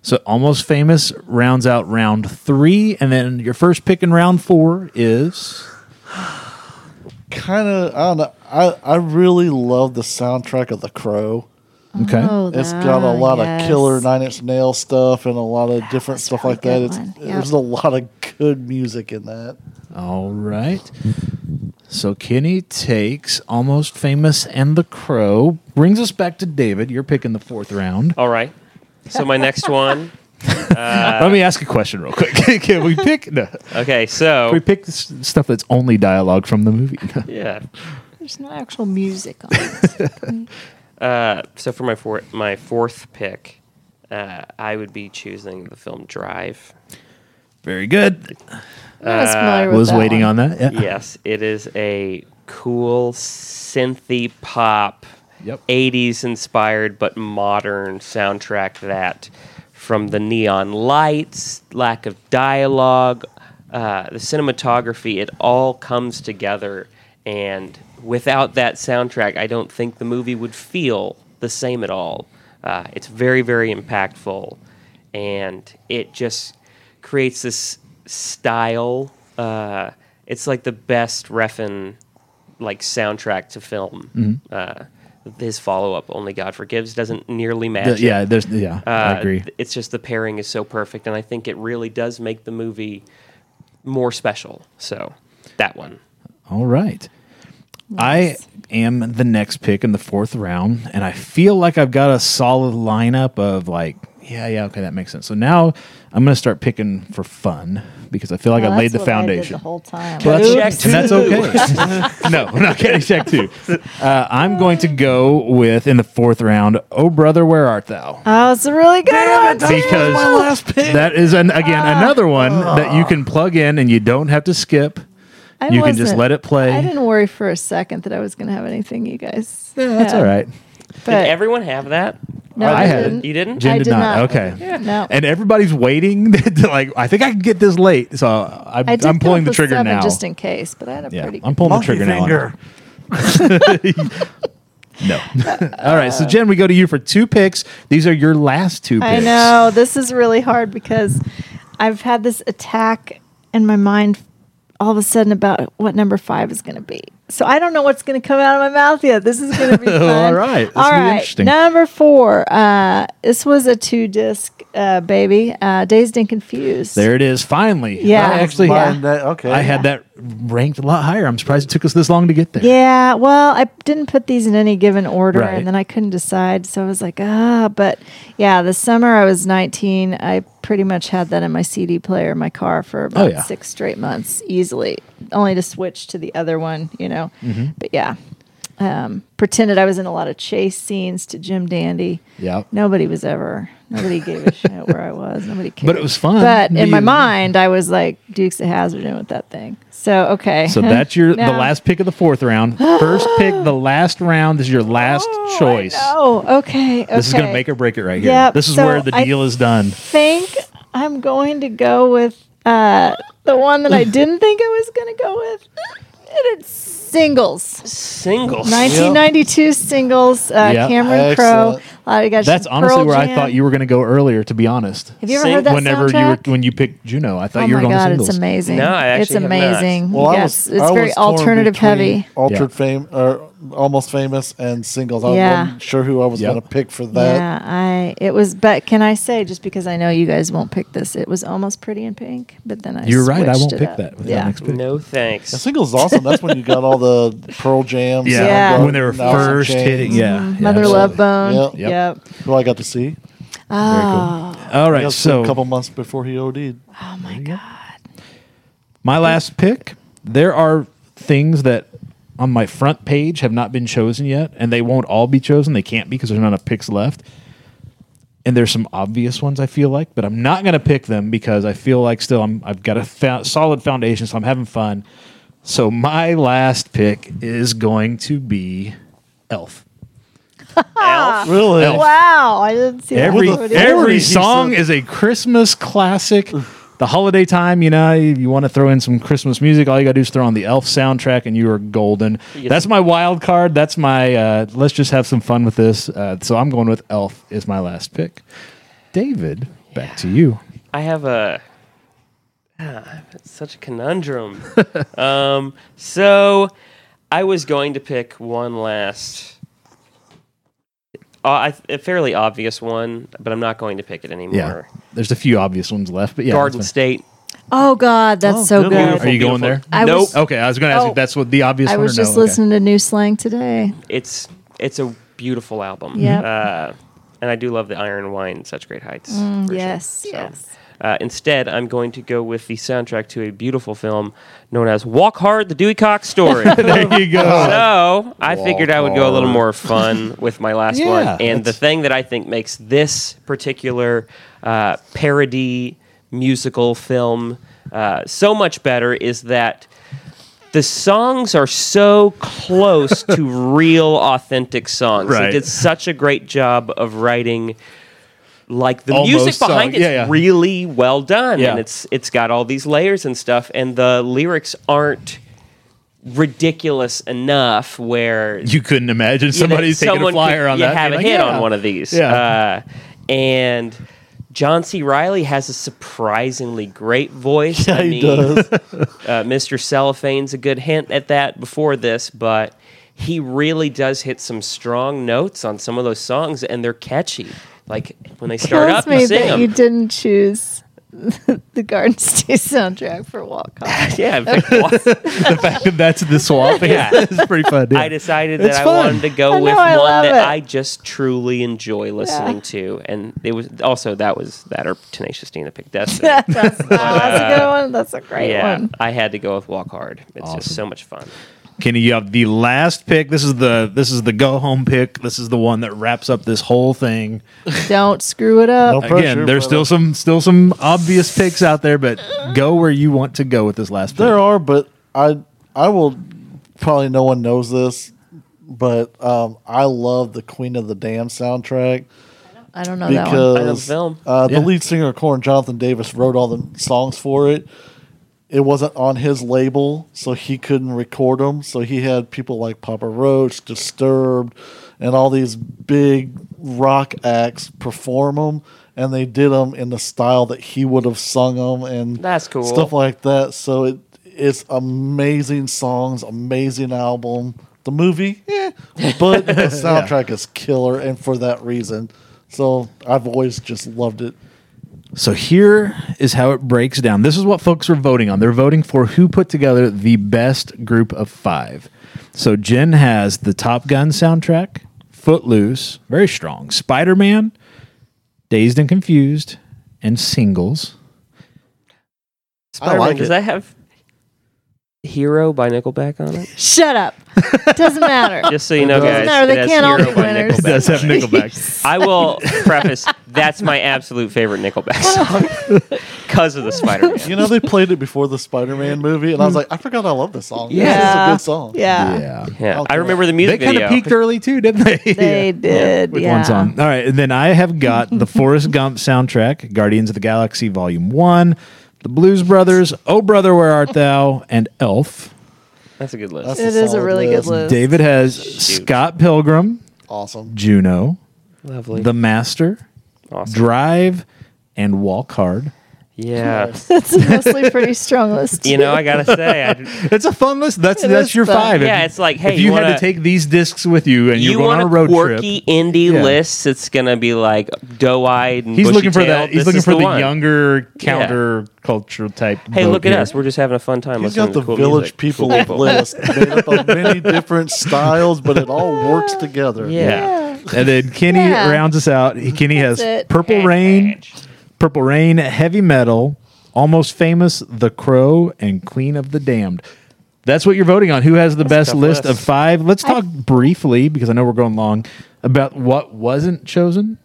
[SPEAKER 1] So almost famous rounds out round three, and then your first pick in round four is
[SPEAKER 4] Kind of, I don't know. I I really love the soundtrack of The Crow.
[SPEAKER 1] okay.
[SPEAKER 2] Oh,
[SPEAKER 4] It's got a
[SPEAKER 2] ah,
[SPEAKER 4] lot
[SPEAKER 2] yes.
[SPEAKER 4] of killer Nine Inch Nail stuff and a lot of different
[SPEAKER 2] was a
[SPEAKER 4] stuff
[SPEAKER 2] really
[SPEAKER 4] like that.
[SPEAKER 2] good
[SPEAKER 4] It's,
[SPEAKER 2] one. Yep.
[SPEAKER 4] There's a lot of good music in that.
[SPEAKER 1] All right. So Kenny takes almost famous and the crow brings us back to David. You're picking the fourth round.
[SPEAKER 3] All right. So my next one.
[SPEAKER 1] Let me ask a question real quick. Can we pick? No. Can
[SPEAKER 3] Okay, so
[SPEAKER 1] we pick s- stuff that's only dialogue from the movie?
[SPEAKER 3] yeah.
[SPEAKER 2] There's no actual music on it.
[SPEAKER 3] Uh, so for my four, my fourth pick, uh, I would be choosing the film Drive.
[SPEAKER 1] Very good.
[SPEAKER 2] I
[SPEAKER 4] Ah.
[SPEAKER 2] was familiar with
[SPEAKER 1] Was
[SPEAKER 2] that
[SPEAKER 1] waiting
[SPEAKER 2] one.
[SPEAKER 1] on that. Yeah.
[SPEAKER 3] Yes, it is a cool synthy pop,
[SPEAKER 1] Yep.
[SPEAKER 3] 80s inspired but modern soundtrack that from the neon lights, lack of dialogue, uh, the cinematography, it all comes together. And without that soundtrack, I don't think the movie would feel the same at all. Uh, it's very, very impactful. And it just creates this style. Uh, it's like the best Refn like soundtrack to film.
[SPEAKER 1] Mm-hmm.
[SPEAKER 3] Uh, his follow up, Only God Forgives, doesn't nearly match.
[SPEAKER 1] The-
[SPEAKER 3] it.
[SPEAKER 1] yeah. There's. Yeah. I
[SPEAKER 3] Uh,
[SPEAKER 1] agree.
[SPEAKER 3] th- It's just the pairing is so perfect, and I think it really does make the movie more special. So that one.
[SPEAKER 1] All right. I am the next pick in the fourth round, and I feel like I've got a solid lineup of like, yeah, yeah, okay, that makes sense. So now I'm going to start picking for fun because I feel like
[SPEAKER 2] Well,
[SPEAKER 1] I laid
[SPEAKER 2] Oh, that's
[SPEAKER 1] the
[SPEAKER 2] what I did
[SPEAKER 1] foundation.
[SPEAKER 2] the whole time.
[SPEAKER 1] Well, that's,
[SPEAKER 3] Caddyshack
[SPEAKER 1] and that's okay. no, not Caddyshack 2. Uh, I'm going to go with, in the fourth round, Oh Brother, Where Art Thou?
[SPEAKER 2] Oh, it's a really good one. too.
[SPEAKER 1] because that is, an, again, another one that you can plug in and you don't have to skip.
[SPEAKER 2] I
[SPEAKER 1] you can just
[SPEAKER 2] wasn't-
[SPEAKER 1] let it play.
[SPEAKER 2] I didn't worry for a second that I was going to have anything you guys.
[SPEAKER 1] Yeah, that's
[SPEAKER 2] had.
[SPEAKER 1] all right.
[SPEAKER 2] But
[SPEAKER 3] Did everyone have that?
[SPEAKER 2] no,
[SPEAKER 1] I
[SPEAKER 2] I
[SPEAKER 1] had it.
[SPEAKER 2] didn't.
[SPEAKER 3] You didn't?
[SPEAKER 1] Jen
[SPEAKER 2] I
[SPEAKER 1] did,
[SPEAKER 2] did
[SPEAKER 1] not.
[SPEAKER 2] not.
[SPEAKER 1] Okay.
[SPEAKER 2] No.
[SPEAKER 1] And everybody's waiting to like. I think I can get this late, so I'm,
[SPEAKER 2] I did
[SPEAKER 1] I'm
[SPEAKER 2] come
[SPEAKER 1] pulling
[SPEAKER 2] up
[SPEAKER 1] the
[SPEAKER 2] with
[SPEAKER 1] trigger
[SPEAKER 2] seven
[SPEAKER 1] now.
[SPEAKER 2] just in case. But I had a
[SPEAKER 1] yeah,
[SPEAKER 2] pretty.
[SPEAKER 1] I'm
[SPEAKER 2] good-
[SPEAKER 1] pulling the trigger now. on it. No. All right, so Jen, we go to you for two picks. These are your last two picks.
[SPEAKER 2] I know this is really hard because I've had this attack in my mind all of a sudden about what number five is going to be. So I don't know what's going to come out of my mouth yet. This is going to be fun.
[SPEAKER 1] All right. This
[SPEAKER 2] all
[SPEAKER 1] will be
[SPEAKER 2] right.
[SPEAKER 1] interesting.
[SPEAKER 2] Number four. Uh, this was a two disc uh, baby. Uh, Dazed and confused.
[SPEAKER 1] There it is. Finally.
[SPEAKER 2] Yeah.
[SPEAKER 1] I actually,
[SPEAKER 2] Yeah.
[SPEAKER 4] Mine, that- okay.
[SPEAKER 1] I had that ranked a lot higher. I'm surprised it took us this long to get there.
[SPEAKER 2] Yeah, well, I didn't put these in any given order,
[SPEAKER 1] Right.
[SPEAKER 2] and then I couldn't decide, so I was like, ah. But yeah, the summer I was 19, I pretty much had that in my CD player in my car for about
[SPEAKER 1] Oh, yeah.
[SPEAKER 2] six straight months, easily, only to switch to the other one, you know.
[SPEAKER 1] Mm-hmm.
[SPEAKER 2] But yeah, um, pretended I was in a lot of chase scenes to Jim Dandy.
[SPEAKER 1] Yeah.
[SPEAKER 2] Nobody was ever. Nobody gave a shit where I was. Nobody cared.
[SPEAKER 1] But it was fun.
[SPEAKER 2] But in my
[SPEAKER 1] Being-
[SPEAKER 2] mind, I was like Dukes of Hazard with that thing. So okay.
[SPEAKER 1] So that's your the
[SPEAKER 2] Now-
[SPEAKER 1] last pick of the fourth round. First pick, the last round is your last
[SPEAKER 2] Oh, I
[SPEAKER 1] choice.
[SPEAKER 2] know. okay. Okay.
[SPEAKER 1] This is going to make or break it right here.
[SPEAKER 2] Yep,
[SPEAKER 1] This is
[SPEAKER 2] so
[SPEAKER 1] where the
[SPEAKER 2] I-
[SPEAKER 1] deal is done.
[SPEAKER 2] think I'm going to go with uh, the one that I didn't think I was going to go with. And it's singles.
[SPEAKER 3] Singles.
[SPEAKER 2] 1992 singles. Uh,
[SPEAKER 1] Yeah,
[SPEAKER 2] Cameron Crowe.
[SPEAKER 4] excellent.
[SPEAKER 2] A lot of guys.
[SPEAKER 1] That's
[SPEAKER 2] from
[SPEAKER 1] honestly
[SPEAKER 2] Pearl
[SPEAKER 1] where I
[SPEAKER 2] Jam.
[SPEAKER 1] thought you were going to go earlier. To be honest,
[SPEAKER 2] Have you ever
[SPEAKER 3] Sing-
[SPEAKER 2] heard that
[SPEAKER 1] whenever you were
[SPEAKER 2] soundtrack?
[SPEAKER 1] when you picked Juno, I thought
[SPEAKER 2] oh
[SPEAKER 1] you were
[SPEAKER 2] my
[SPEAKER 1] going
[SPEAKER 2] God,
[SPEAKER 1] to singles.
[SPEAKER 2] it's amazing.
[SPEAKER 3] No, I
[SPEAKER 2] it's
[SPEAKER 3] actually have not.
[SPEAKER 2] amazing.
[SPEAKER 4] Well, I
[SPEAKER 2] yes,
[SPEAKER 4] was,
[SPEAKER 2] it's
[SPEAKER 4] I
[SPEAKER 2] very
[SPEAKER 4] was torn
[SPEAKER 2] alternative
[SPEAKER 4] between
[SPEAKER 2] heavy.
[SPEAKER 4] Altered
[SPEAKER 1] Yeah.
[SPEAKER 4] fame or almost famous and singles. I
[SPEAKER 2] Yeah.
[SPEAKER 4] wasn't sure who I was
[SPEAKER 1] Yep.
[SPEAKER 4] going to pick for that.
[SPEAKER 2] Yeah, I it was. But can I say just because I know you guys won't pick this, it was almost Pretty in Pink, but then I
[SPEAKER 1] You're right. I
[SPEAKER 2] switched
[SPEAKER 1] won't
[SPEAKER 2] it
[SPEAKER 1] pick
[SPEAKER 2] up.
[SPEAKER 1] that with that
[SPEAKER 2] yeah,
[SPEAKER 1] next pick.
[SPEAKER 3] No
[SPEAKER 4] The
[SPEAKER 3] thanks.
[SPEAKER 4] singles is awesome. That's when you got all the Pearl Jams.
[SPEAKER 1] Yeah,
[SPEAKER 2] Yeah. Mm-hmm.
[SPEAKER 1] when they were first hitting. Yeah, yeah,
[SPEAKER 2] Mother Love
[SPEAKER 1] absolutely.
[SPEAKER 2] Bone. Yep.
[SPEAKER 4] Yep.
[SPEAKER 1] Yep.
[SPEAKER 4] Well, Mm-hmm. I got to see.
[SPEAKER 2] Ah.
[SPEAKER 1] All right,
[SPEAKER 4] Right,
[SPEAKER 1] so
[SPEAKER 4] a couple months before he OD'd.
[SPEAKER 2] Oh my god.
[SPEAKER 1] My last pick. There are things that on my front page have not been chosen yet, and they won't all be chosen. They can't be because there's not enough picks left. And there's some obvious ones I feel like, but I'm not going to pick them because I feel like still I'm, I've got a fa- solid foundation, so I'm having fun. So my last pick is going to be Elf.
[SPEAKER 2] Ah.
[SPEAKER 3] Elf.
[SPEAKER 4] Really?
[SPEAKER 2] Wow, I didn't see
[SPEAKER 1] Every
[SPEAKER 2] that. already.
[SPEAKER 1] every
[SPEAKER 4] He said-
[SPEAKER 1] song is a Christmas classic. The holiday time, you know, if you want to throw in some Christmas music, all you gotta do is throw on the Elf soundtrack, and you are golden.
[SPEAKER 3] get
[SPEAKER 1] That's
[SPEAKER 3] some-
[SPEAKER 1] my wild card. That's my uh, let's just have some fun with this. Uh, so I'm going with Elf is my last pick. David, back to you.
[SPEAKER 3] I have a ah, it's such a conundrum. um, so I was going to pick one last, uh, I, a fairly obvious one, but I'm not going to pick it
[SPEAKER 1] Yeah,
[SPEAKER 3] anymore.
[SPEAKER 1] there's a few obvious ones left, but yeah,
[SPEAKER 3] Garden
[SPEAKER 1] that's
[SPEAKER 3] State.
[SPEAKER 2] Oh god, that's so
[SPEAKER 4] good.
[SPEAKER 2] good.
[SPEAKER 1] Are you going there?
[SPEAKER 2] I
[SPEAKER 3] nope.
[SPEAKER 2] was-
[SPEAKER 1] fine. Okay, I was gonna ask
[SPEAKER 2] Oh.
[SPEAKER 1] if that's what the obvious.
[SPEAKER 2] I
[SPEAKER 1] one
[SPEAKER 2] was
[SPEAKER 1] or no.
[SPEAKER 2] just
[SPEAKER 1] Okay.
[SPEAKER 2] listening to new slang today.
[SPEAKER 3] It's it's a beautiful album.
[SPEAKER 2] Yep.
[SPEAKER 3] Uh, and I do love the Iron Wine, Such Great Heights. version.
[SPEAKER 2] Mm, yes,
[SPEAKER 3] So,
[SPEAKER 2] yes.
[SPEAKER 3] Uh, instead, I'm going to go with the soundtrack to a beautiful film known as Walk Hard: The Dewey Cox Story.
[SPEAKER 1] There you go.
[SPEAKER 3] So I figured I would go a little more fun with my last
[SPEAKER 1] Yeah,
[SPEAKER 3] one. And the
[SPEAKER 1] that's-
[SPEAKER 3] thing that I think makes this particular uh, parody musical film uh, so much better is that the songs are so close to real, authentic songs. They
[SPEAKER 1] Right.
[SPEAKER 3] did such a great job of writing. Like the
[SPEAKER 1] Almost
[SPEAKER 3] music behind
[SPEAKER 1] song.
[SPEAKER 3] it's
[SPEAKER 1] Yeah, yeah.
[SPEAKER 3] really well done,
[SPEAKER 1] Yeah.
[SPEAKER 3] and it's it's got all these layers and stuff, and the lyrics aren't ridiculous enough where
[SPEAKER 1] You couldn't imagine
[SPEAKER 3] you know,
[SPEAKER 1] somebody taking a
[SPEAKER 3] someone
[SPEAKER 1] flyer
[SPEAKER 3] could-
[SPEAKER 1] on
[SPEAKER 3] you
[SPEAKER 1] that. and
[SPEAKER 3] have
[SPEAKER 1] be
[SPEAKER 3] a
[SPEAKER 1] like,
[SPEAKER 3] hit
[SPEAKER 1] yeah.
[SPEAKER 3] on one of these.
[SPEAKER 1] Yeah.
[SPEAKER 3] Uh, and John C. Riley has a surprisingly great voice.
[SPEAKER 4] Yeah,
[SPEAKER 3] I
[SPEAKER 4] he
[SPEAKER 3] mean,
[SPEAKER 4] does.
[SPEAKER 3] uh, Mr. Cellophane's a good hint at that before this, but he really does hit some strong notes on some of those songs, and they're catchy. Like when they start
[SPEAKER 2] Kills
[SPEAKER 3] up,
[SPEAKER 2] me
[SPEAKER 3] you sing
[SPEAKER 2] that
[SPEAKER 3] 'em.
[SPEAKER 2] you didn't choose the Garden State soundtrack for Walk On.
[SPEAKER 3] yeah, in fact,
[SPEAKER 1] the fact that that's the swap
[SPEAKER 3] Yeah.
[SPEAKER 1] is pretty fun. yeah.
[SPEAKER 3] I decided
[SPEAKER 1] It's
[SPEAKER 3] that I
[SPEAKER 1] fun.
[SPEAKER 3] wanted to go
[SPEAKER 2] I know,
[SPEAKER 3] with
[SPEAKER 2] I
[SPEAKER 3] one
[SPEAKER 2] love
[SPEAKER 3] that
[SPEAKER 2] it.
[SPEAKER 3] I just truly enjoy listening to, and it was also that was that or Tenacious D and the Pick Destiny.
[SPEAKER 2] that's, that's a good one. That's a great
[SPEAKER 3] yeah,
[SPEAKER 2] one.
[SPEAKER 3] I had to go with Walk Hard. It's just so much fun.
[SPEAKER 1] Kenny, you have the last pick. This is the this is the go home pick. This is the one that wraps up this whole thing.
[SPEAKER 2] Don't screw it up.
[SPEAKER 4] No
[SPEAKER 1] Again,
[SPEAKER 4] pressure,
[SPEAKER 1] there's still
[SPEAKER 4] brother.
[SPEAKER 1] some still some obvious picks out there, but go where you want to go with this last pick.
[SPEAKER 4] There are, but I I will probably no one knows this, but um, I love the Queen of the Dam soundtrack
[SPEAKER 2] I don't know that one.
[SPEAKER 4] because
[SPEAKER 3] I know the film.
[SPEAKER 4] Uh,
[SPEAKER 1] Yeah.
[SPEAKER 4] the lead singer of Korn, Jonathan Davis, wrote all the songs for it. It wasn't on his label, so he couldn't record them. So he had people like Papa Roach, Disturbed, and all these big rock acts perform them, and they did them in the style that he would have sung them and
[SPEAKER 3] That's cool.
[SPEAKER 4] stuff like that. So it it's amazing songs, amazing album. The movie, eh, but the soundtrack is killer, and for that reason. So I've always just loved it.
[SPEAKER 1] So here is how it breaks down. This is what folks are voting on. They're voting for who put together the best group of five. So Jen has the Top Gun soundtrack, Footloose, very strong, Spider Man, Dazed and Confused, and Singles.
[SPEAKER 3] Spider-Man,
[SPEAKER 4] like
[SPEAKER 3] does
[SPEAKER 4] it.
[SPEAKER 3] that have Hero by Nickelback on it?
[SPEAKER 2] Shut up. Doesn't matter.
[SPEAKER 3] Just so you know, guys,
[SPEAKER 4] Doesn't
[SPEAKER 2] matter, they
[SPEAKER 3] it has
[SPEAKER 2] can't all
[SPEAKER 3] Hero
[SPEAKER 2] be
[SPEAKER 3] by
[SPEAKER 2] winners.
[SPEAKER 3] Nickelback.
[SPEAKER 1] does have Nickelback.
[SPEAKER 3] I will preface that's my absolute favorite Nickelback song because of the Spider Man.
[SPEAKER 4] You know, they played it before the Spider Man movie, and I was like, I forgot I love this song.
[SPEAKER 2] yeah.
[SPEAKER 4] This is a good song.
[SPEAKER 2] Yeah.
[SPEAKER 1] yeah.
[SPEAKER 3] Yeah,
[SPEAKER 4] Okay.
[SPEAKER 3] I remember the
[SPEAKER 1] They
[SPEAKER 3] music
[SPEAKER 1] kind
[SPEAKER 3] video.
[SPEAKER 1] of peaked early too, didn't they?
[SPEAKER 2] They did.
[SPEAKER 1] with
[SPEAKER 2] yeah.
[SPEAKER 1] one song. All right, and then I have got the Forrest Gump soundtrack, Guardians of the Galaxy Volume One, The Blues Brothers, Oh Brother Where Art Thou, and Elf.
[SPEAKER 3] That's a good list.
[SPEAKER 4] That's
[SPEAKER 2] It is a
[SPEAKER 4] solid
[SPEAKER 2] really good list.
[SPEAKER 1] David has Scott Pilgrim,
[SPEAKER 4] Awesome.
[SPEAKER 1] Juno,
[SPEAKER 3] Lovely.
[SPEAKER 1] The Master,
[SPEAKER 3] awesome.
[SPEAKER 1] Drive, and Walk Hard.
[SPEAKER 3] yeah.
[SPEAKER 2] That's mostly pretty strong list.
[SPEAKER 3] You know, I gotta say, I,
[SPEAKER 1] It's a fun list. That's
[SPEAKER 2] It
[SPEAKER 1] that's
[SPEAKER 2] is
[SPEAKER 1] your
[SPEAKER 2] fun.
[SPEAKER 1] five. If-
[SPEAKER 3] Yeah, it's like, hey,
[SPEAKER 1] if you,
[SPEAKER 3] you
[SPEAKER 1] had to
[SPEAKER 3] wanna-
[SPEAKER 1] take these discs with you and
[SPEAKER 3] you
[SPEAKER 1] you're going
[SPEAKER 3] want
[SPEAKER 1] on
[SPEAKER 3] a
[SPEAKER 1] a road
[SPEAKER 3] quirky
[SPEAKER 1] trip.
[SPEAKER 3] indie
[SPEAKER 1] Yeah.
[SPEAKER 3] list that's gonna be like doe-eyed and
[SPEAKER 1] He's looking for
[SPEAKER 3] bushy-tailed.
[SPEAKER 1] that. He's
[SPEAKER 3] This
[SPEAKER 1] looking
[SPEAKER 3] is
[SPEAKER 1] for the,
[SPEAKER 3] one.
[SPEAKER 1] younger counter culture type.
[SPEAKER 3] Hey,
[SPEAKER 1] vote
[SPEAKER 3] look at
[SPEAKER 1] here.
[SPEAKER 3] us. We're just having a fun time.
[SPEAKER 4] He's
[SPEAKER 3] listening
[SPEAKER 4] got the
[SPEAKER 3] to cool
[SPEAKER 4] village
[SPEAKER 3] music. Cool
[SPEAKER 4] people, list made up of many different styles, but it all works together.
[SPEAKER 3] Yeah.
[SPEAKER 1] And then Kenny
[SPEAKER 2] Yeah.
[SPEAKER 1] rounds us out. He- Kenny has
[SPEAKER 2] That's it.
[SPEAKER 1] Purple Rain, Purple Rain, Heavy Metal, Almost Famous, The Crow, and Queen of the Damned. That's what you're voting on. Who has the
[SPEAKER 3] a
[SPEAKER 1] best
[SPEAKER 3] tough
[SPEAKER 1] list of
[SPEAKER 3] list.
[SPEAKER 1] five? Let's
[SPEAKER 2] I-
[SPEAKER 1] talk briefly because I know we're going long about what wasn't chosen.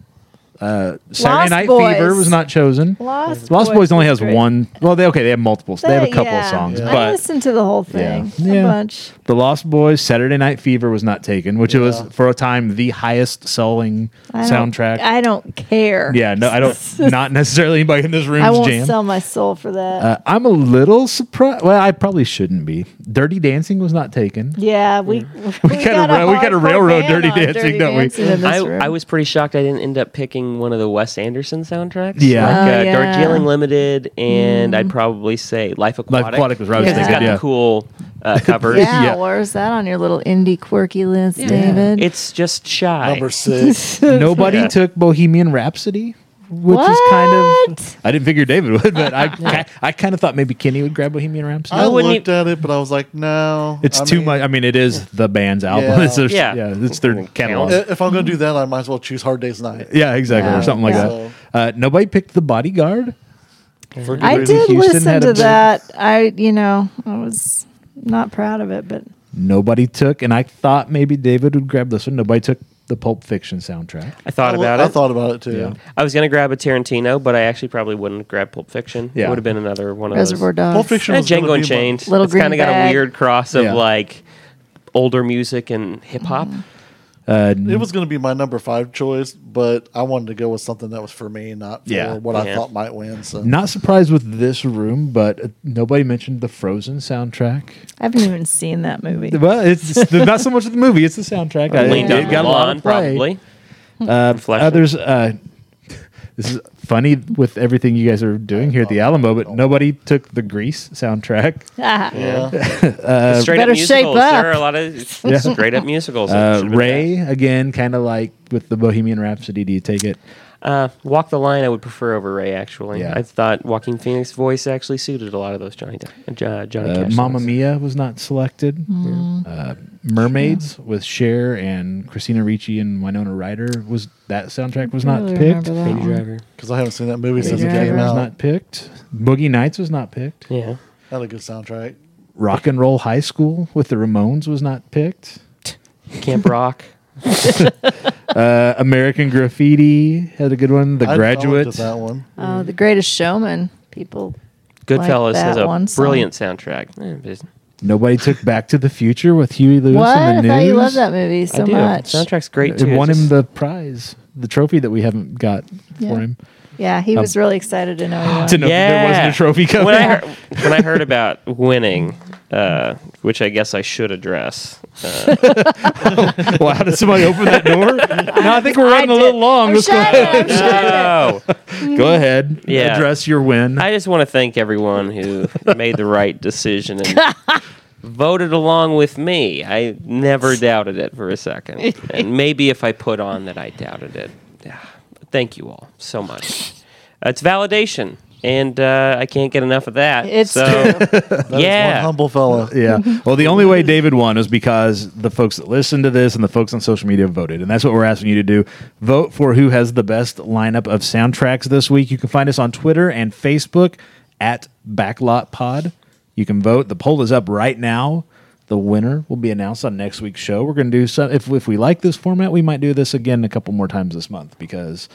[SPEAKER 1] Uh, Saturday
[SPEAKER 2] Lost
[SPEAKER 1] Night
[SPEAKER 2] Boys.
[SPEAKER 1] Fever was not chosen.
[SPEAKER 2] Lost,
[SPEAKER 1] Lost Boys only
[SPEAKER 2] was
[SPEAKER 1] has
[SPEAKER 2] great.
[SPEAKER 1] one. Well, they okay. They have multiples. They have a couple of
[SPEAKER 2] Yeah.
[SPEAKER 1] songs,
[SPEAKER 2] I
[SPEAKER 1] but
[SPEAKER 2] listened to the whole thing.
[SPEAKER 1] Yeah.
[SPEAKER 2] A
[SPEAKER 1] Yeah.
[SPEAKER 2] bunch.
[SPEAKER 1] the Lost Boys, Saturday Night Fever was not taken, which it was
[SPEAKER 4] Yeah.
[SPEAKER 1] for a time the highest selling
[SPEAKER 2] I don't-
[SPEAKER 1] soundtrack.
[SPEAKER 2] I don't care.
[SPEAKER 1] Yeah, no, I don't. not necessarily anybody in this room's
[SPEAKER 2] I won't
[SPEAKER 1] jam.
[SPEAKER 2] sell my soul for that.
[SPEAKER 1] uh, I'm a little surprised. Well, I probably shouldn't be. Dirty Dancing was not taken.
[SPEAKER 2] yeah, we we
[SPEAKER 1] got a ra- we got a
[SPEAKER 2] hardcore
[SPEAKER 1] railroad
[SPEAKER 2] ban
[SPEAKER 1] Dirty
[SPEAKER 2] on
[SPEAKER 1] Dancing, don't we?
[SPEAKER 2] Dancing in this
[SPEAKER 3] I,
[SPEAKER 2] room.
[SPEAKER 3] I was pretty shocked I didn't end up picking one of the Wes Anderson soundtracks.
[SPEAKER 1] Yeah.
[SPEAKER 3] Like
[SPEAKER 2] Oh,
[SPEAKER 3] uh,
[SPEAKER 2] yeah. Mm-hmm.
[SPEAKER 3] Darjeeling Limited, and I'd probably say Life Aquatic.
[SPEAKER 1] Aquatic was where I was
[SPEAKER 3] because it's got
[SPEAKER 1] thinking,
[SPEAKER 3] the
[SPEAKER 1] yeah.
[SPEAKER 3] cool uh, cover.
[SPEAKER 2] yeah,
[SPEAKER 1] yeah.
[SPEAKER 2] where's that on your little indie quirky list, David?
[SPEAKER 3] It's just shy.
[SPEAKER 4] Number six.
[SPEAKER 1] Nobody took Bohemian Rhapsody, which is kind of.
[SPEAKER 2] What?
[SPEAKER 1] I didn't figure David would, but I I kind of thought maybe Kenny would grab Bohemian Rhapsody.
[SPEAKER 4] I
[SPEAKER 3] wouldn't
[SPEAKER 4] looked at it, but I was like, no.
[SPEAKER 1] it's
[SPEAKER 4] Um, I
[SPEAKER 1] too
[SPEAKER 4] mean,
[SPEAKER 1] much. I mean, it is the band's album.
[SPEAKER 4] Yeah. Uh,
[SPEAKER 1] It's their, yeah.
[SPEAKER 3] Yeah.
[SPEAKER 1] it's their catalog.
[SPEAKER 4] i- If I'm going to do that, I might as well choose Hard Day's Night.
[SPEAKER 1] yeah, exactly,
[SPEAKER 2] Yeah.
[SPEAKER 1] or something like
[SPEAKER 4] So-
[SPEAKER 1] that. Uh, nobody picked The Bodyguard.
[SPEAKER 4] For good
[SPEAKER 2] I
[SPEAKER 4] reason.
[SPEAKER 2] did
[SPEAKER 1] Houston
[SPEAKER 2] listen
[SPEAKER 1] had a
[SPEAKER 2] to
[SPEAKER 1] bit-
[SPEAKER 2] that. I, you know, I was not proud of it, but
[SPEAKER 1] Nobody took, and I thought maybe David would grab this one. Nobody took the Pulp Fiction soundtrack.
[SPEAKER 3] I thought
[SPEAKER 4] I,
[SPEAKER 3] about
[SPEAKER 4] I
[SPEAKER 3] it. I,
[SPEAKER 4] thought about it too.
[SPEAKER 1] Yeah.
[SPEAKER 3] was going to grab a Tarantino, but I actually probably wouldn't grab Pulp Fiction.
[SPEAKER 1] Yeah.
[SPEAKER 3] It would have been another one of
[SPEAKER 2] Reservoir
[SPEAKER 3] those.
[SPEAKER 2] Dogs.
[SPEAKER 4] Pulp Fiction
[SPEAKER 3] And
[SPEAKER 4] was gonna
[SPEAKER 3] Django
[SPEAKER 4] be my-
[SPEAKER 3] Unchained.
[SPEAKER 2] Little
[SPEAKER 3] it's kind
[SPEAKER 2] Green
[SPEAKER 3] of got
[SPEAKER 2] Bag.
[SPEAKER 3] a weird cross of
[SPEAKER 1] Yeah.
[SPEAKER 3] like older music and hip hop.
[SPEAKER 1] Uh,
[SPEAKER 4] It was going to be my number five choice, but I wanted to go with something that was for me, not for
[SPEAKER 1] Yeah.
[SPEAKER 4] what I
[SPEAKER 3] Yeah.
[SPEAKER 4] thought might win. So
[SPEAKER 1] Not surprised with this room, but uh, nobody mentioned the Frozen soundtrack.
[SPEAKER 2] I haven't even seen that movie.
[SPEAKER 1] Well, it's it's not so much of the movie; it's the soundtrack. I-
[SPEAKER 3] Leaned
[SPEAKER 2] it
[SPEAKER 3] on
[SPEAKER 2] got
[SPEAKER 3] Milan, probably.
[SPEAKER 2] Hmm.
[SPEAKER 1] Uh,
[SPEAKER 3] Reflection.
[SPEAKER 1] others, uh, this is funny with everything you guys are doing here at the Alamo, but nobody took the Grease soundtrack.
[SPEAKER 2] Ah,
[SPEAKER 4] yeah,
[SPEAKER 3] straight
[SPEAKER 2] Better
[SPEAKER 3] up musicals.
[SPEAKER 2] shape up.
[SPEAKER 3] There are a lot of
[SPEAKER 1] uh, Yeah.
[SPEAKER 3] straight up musicals. that
[SPEAKER 1] Uh,
[SPEAKER 3] should've been
[SPEAKER 1] Ray again, kind of like with the Bohemian Rhapsody. Do you take it?
[SPEAKER 3] Uh, Walk the Line, I would prefer over Ray. Actually,
[SPEAKER 1] Yeah.
[SPEAKER 3] I thought Joaquin Phoenix voice actually suited a lot of those Johnny uh, Johnny
[SPEAKER 1] Uh,
[SPEAKER 3] Cash.
[SPEAKER 1] Mamma
[SPEAKER 3] songs.
[SPEAKER 1] Mia was not selected.
[SPEAKER 2] Mm-hmm.
[SPEAKER 1] Uh, Mermaids with Cher and Christina Ricci and Winona Ryder was that soundtrack was not
[SPEAKER 2] really
[SPEAKER 1] picked.
[SPEAKER 2] remember that
[SPEAKER 3] Baby
[SPEAKER 2] one.
[SPEAKER 3] Driver.
[SPEAKER 4] because I haven't seen that movie since it
[SPEAKER 2] Baby
[SPEAKER 4] came
[SPEAKER 2] Driver.
[SPEAKER 1] was
[SPEAKER 4] out.
[SPEAKER 1] not picked. Boogie Nights was not picked.
[SPEAKER 3] Yeah,
[SPEAKER 4] Had a good soundtrack.
[SPEAKER 1] Rock and Roll High School with the Ramones was not picked.
[SPEAKER 3] Camp Rock.
[SPEAKER 1] Uh, American Graffiti had a good one. The
[SPEAKER 4] I
[SPEAKER 1] Graduate.
[SPEAKER 4] Did that one.
[SPEAKER 2] Oh, The Greatest Showman. People.
[SPEAKER 3] Goodfellas
[SPEAKER 2] that
[SPEAKER 3] has a
[SPEAKER 2] one song.
[SPEAKER 3] brilliant soundtrack. Eh, but
[SPEAKER 1] Nobody took Back to the Future with Huey Lewis
[SPEAKER 2] What?
[SPEAKER 1] and
[SPEAKER 2] I
[SPEAKER 1] the News.
[SPEAKER 2] thought you loved that movie so
[SPEAKER 3] I do.
[SPEAKER 2] much.
[SPEAKER 3] Soundtrack's great
[SPEAKER 1] It
[SPEAKER 3] too.
[SPEAKER 1] won
[SPEAKER 3] It's
[SPEAKER 1] him
[SPEAKER 3] just-
[SPEAKER 1] the prize, the trophy that we haven't got
[SPEAKER 2] Yeah.
[SPEAKER 1] for him.
[SPEAKER 2] Yeah, he was really excited to know he won.
[SPEAKER 1] To know that there wasn't a trophy coming.
[SPEAKER 3] When I heard, when I heard about winning, uh, which I guess I should address. uh,
[SPEAKER 1] well, how did somebody open that door? no, I think we're
[SPEAKER 2] I
[SPEAKER 1] running a
[SPEAKER 2] did-
[SPEAKER 1] little long.
[SPEAKER 2] I'm
[SPEAKER 1] Let's
[SPEAKER 2] shutting
[SPEAKER 1] go.
[SPEAKER 2] it, I'm shutting it.
[SPEAKER 3] Oh,
[SPEAKER 2] Mm-hmm.
[SPEAKER 1] Go ahead.
[SPEAKER 3] Yeah.
[SPEAKER 1] Address your win.
[SPEAKER 3] I just want to thank everyone who made the right decision and voted along with me. I never doubted it for a second, and maybe if I put on that I doubted it. Yeah. Thank you all so much. Uh, It's validation, and uh, I can't get enough of that.
[SPEAKER 2] It's
[SPEAKER 3] so,
[SPEAKER 2] true.
[SPEAKER 4] That is one
[SPEAKER 3] yeah.
[SPEAKER 4] humble fella.
[SPEAKER 1] yeah. Well, the only way David won was because the folks that listened to this and the folks on social media voted. And that's what we're asking you to do. Vote for who has the best lineup of soundtracks this week. You can find us on Twitter and Facebook at Backlot Pod. You can vote. The poll is up right now. The winner will be announced on next week's show. We're going to do some. If, if we like this format, we might do this again a couple more times this month because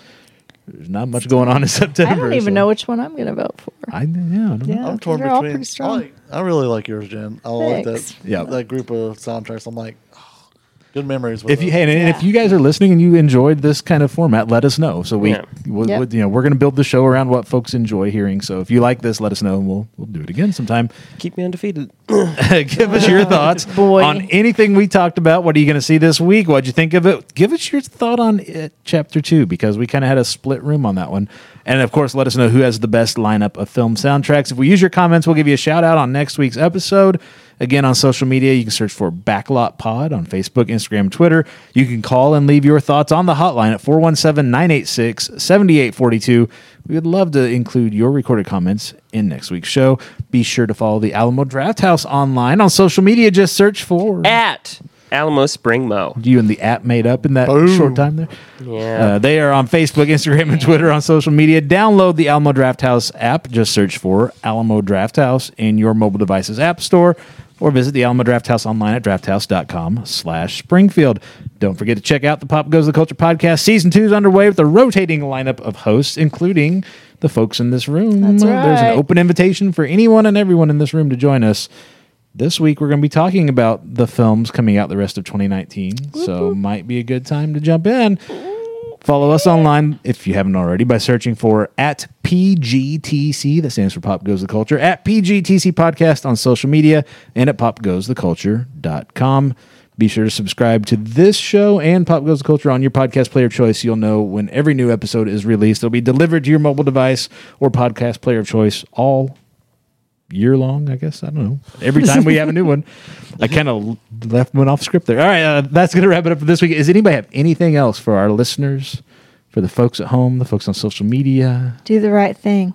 [SPEAKER 1] there's not much going on in September.
[SPEAKER 2] I don't even
[SPEAKER 1] so-
[SPEAKER 2] know which one I'm going to vote for.
[SPEAKER 1] I, yeah, I don't know.
[SPEAKER 2] Yeah,
[SPEAKER 4] I'm torn
[SPEAKER 2] they're all
[SPEAKER 4] between.
[SPEAKER 2] pretty
[SPEAKER 4] I,
[SPEAKER 2] strong.
[SPEAKER 4] like- I really like yours, Jen. I like that.
[SPEAKER 2] Thanks.
[SPEAKER 1] Yeah.
[SPEAKER 4] that group of soundtracks. I'm like, oh, good memories. With
[SPEAKER 1] if you
[SPEAKER 4] it.
[SPEAKER 1] hey, and, and if
[SPEAKER 2] Yeah.
[SPEAKER 1] you guys are listening and you enjoyed this kind of format, let us know. So we,
[SPEAKER 3] Yeah.
[SPEAKER 1] we-
[SPEAKER 2] Yep.
[SPEAKER 1] we- you know, we're going to build the show around what folks enjoy hearing. So if you like this, let us know, and we'll we'll do it again sometime.
[SPEAKER 3] Keep me undefeated.
[SPEAKER 1] Give us your thoughts
[SPEAKER 2] boy.
[SPEAKER 1] on anything we talked about. What are you going to see this week? What'd you think of it? Give us your thought on it, chapter two because we kind of had a split room on that one. And of course, let us know who has the best lineup of film soundtracks. If we use your comments, we'll give you a shout out on next week's episode. Again, on social media, you can search for Backlot Pod on Facebook, Instagram, Twitter. You can call and leave your thoughts on the hotline at 417 986 7842. We would love to include your recorded comments in next week's show. Be sure to follow the Alamo Draft House online on social media. Just search for
[SPEAKER 3] At Alamo Spring Mo.
[SPEAKER 1] you and the app made up in that short time there.
[SPEAKER 3] Yeah.
[SPEAKER 1] Uh, they are on Facebook, Instagram, and Twitter on social media. Download the Alamo Draft House app. Just search for Alamo Draft House in your mobile device's app store or visit the Alamo Draft House online at drafthouse.com slash Springfield. Don't forget to check out the Pop Goes the Culture podcast. Season two is underway with a rotating lineup of hosts, including the folks in this room.
[SPEAKER 2] That's
[SPEAKER 1] There's an
[SPEAKER 2] right.
[SPEAKER 1] open invitation for anyone and everyone in this room to join us. This week we're going to be talking about the films coming out the rest of 2019, so might be a good time to jump in. Follow us online if you haven't already by searching for at PGTC. That stands for Pop Goes the Culture. At PGTC Podcast on social media and at popgoestheculture.com. Be sure to subscribe to this show and Pop Goes the Culture on your podcast player of choice. You'll know when every new episode is released. It'll be delivered to your mobile device or podcast player of choice all year long, I guess. I don't know. Every time we have a new one, I kind of left went off script there. All right, uh, that's going to wrap it up for this week. Does anybody have anything else for our listeners, for the folks at home, the folks on social media?
[SPEAKER 2] Do the right thing.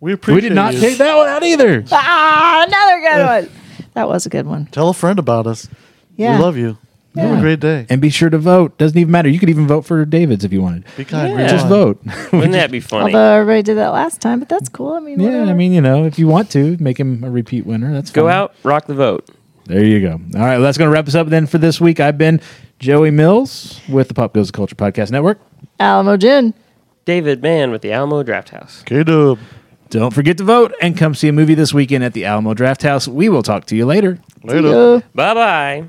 [SPEAKER 4] we appreciate.
[SPEAKER 1] we did not
[SPEAKER 4] you.
[SPEAKER 1] take that one out either.
[SPEAKER 2] Ah, another good one. That was a good one.
[SPEAKER 4] Tell a friend about us.
[SPEAKER 2] Yeah.
[SPEAKER 4] we love you. Have
[SPEAKER 1] Yeah.
[SPEAKER 4] a great day.
[SPEAKER 1] And be sure to vote. Doesn't even matter. You could even vote for David's if you wanted.
[SPEAKER 4] Be kind.
[SPEAKER 3] Yeah.
[SPEAKER 4] rewind.
[SPEAKER 1] Just vote.
[SPEAKER 3] Wouldn't that be funny?
[SPEAKER 2] Although everybody did that last time, but that's cool. I mean,
[SPEAKER 1] yeah,
[SPEAKER 2] whatever.
[SPEAKER 1] I mean, you know, if you want to, make him a repeat winner. That's
[SPEAKER 3] Go
[SPEAKER 1] fine.
[SPEAKER 3] out, rock the vote.
[SPEAKER 1] There you go. All right, well, that's going to wrap us up then for this week. I've been Joey Mills with the Pop Goes the Culture Podcast Network.
[SPEAKER 2] Alamo Gin.
[SPEAKER 3] David Mann with the Alamo Draft House.
[SPEAKER 4] K-Dub.
[SPEAKER 1] Don't forget to vote and come see a movie this weekend at the Alamo Draft House. We will talk to you later.
[SPEAKER 4] Later.
[SPEAKER 3] Bye bye.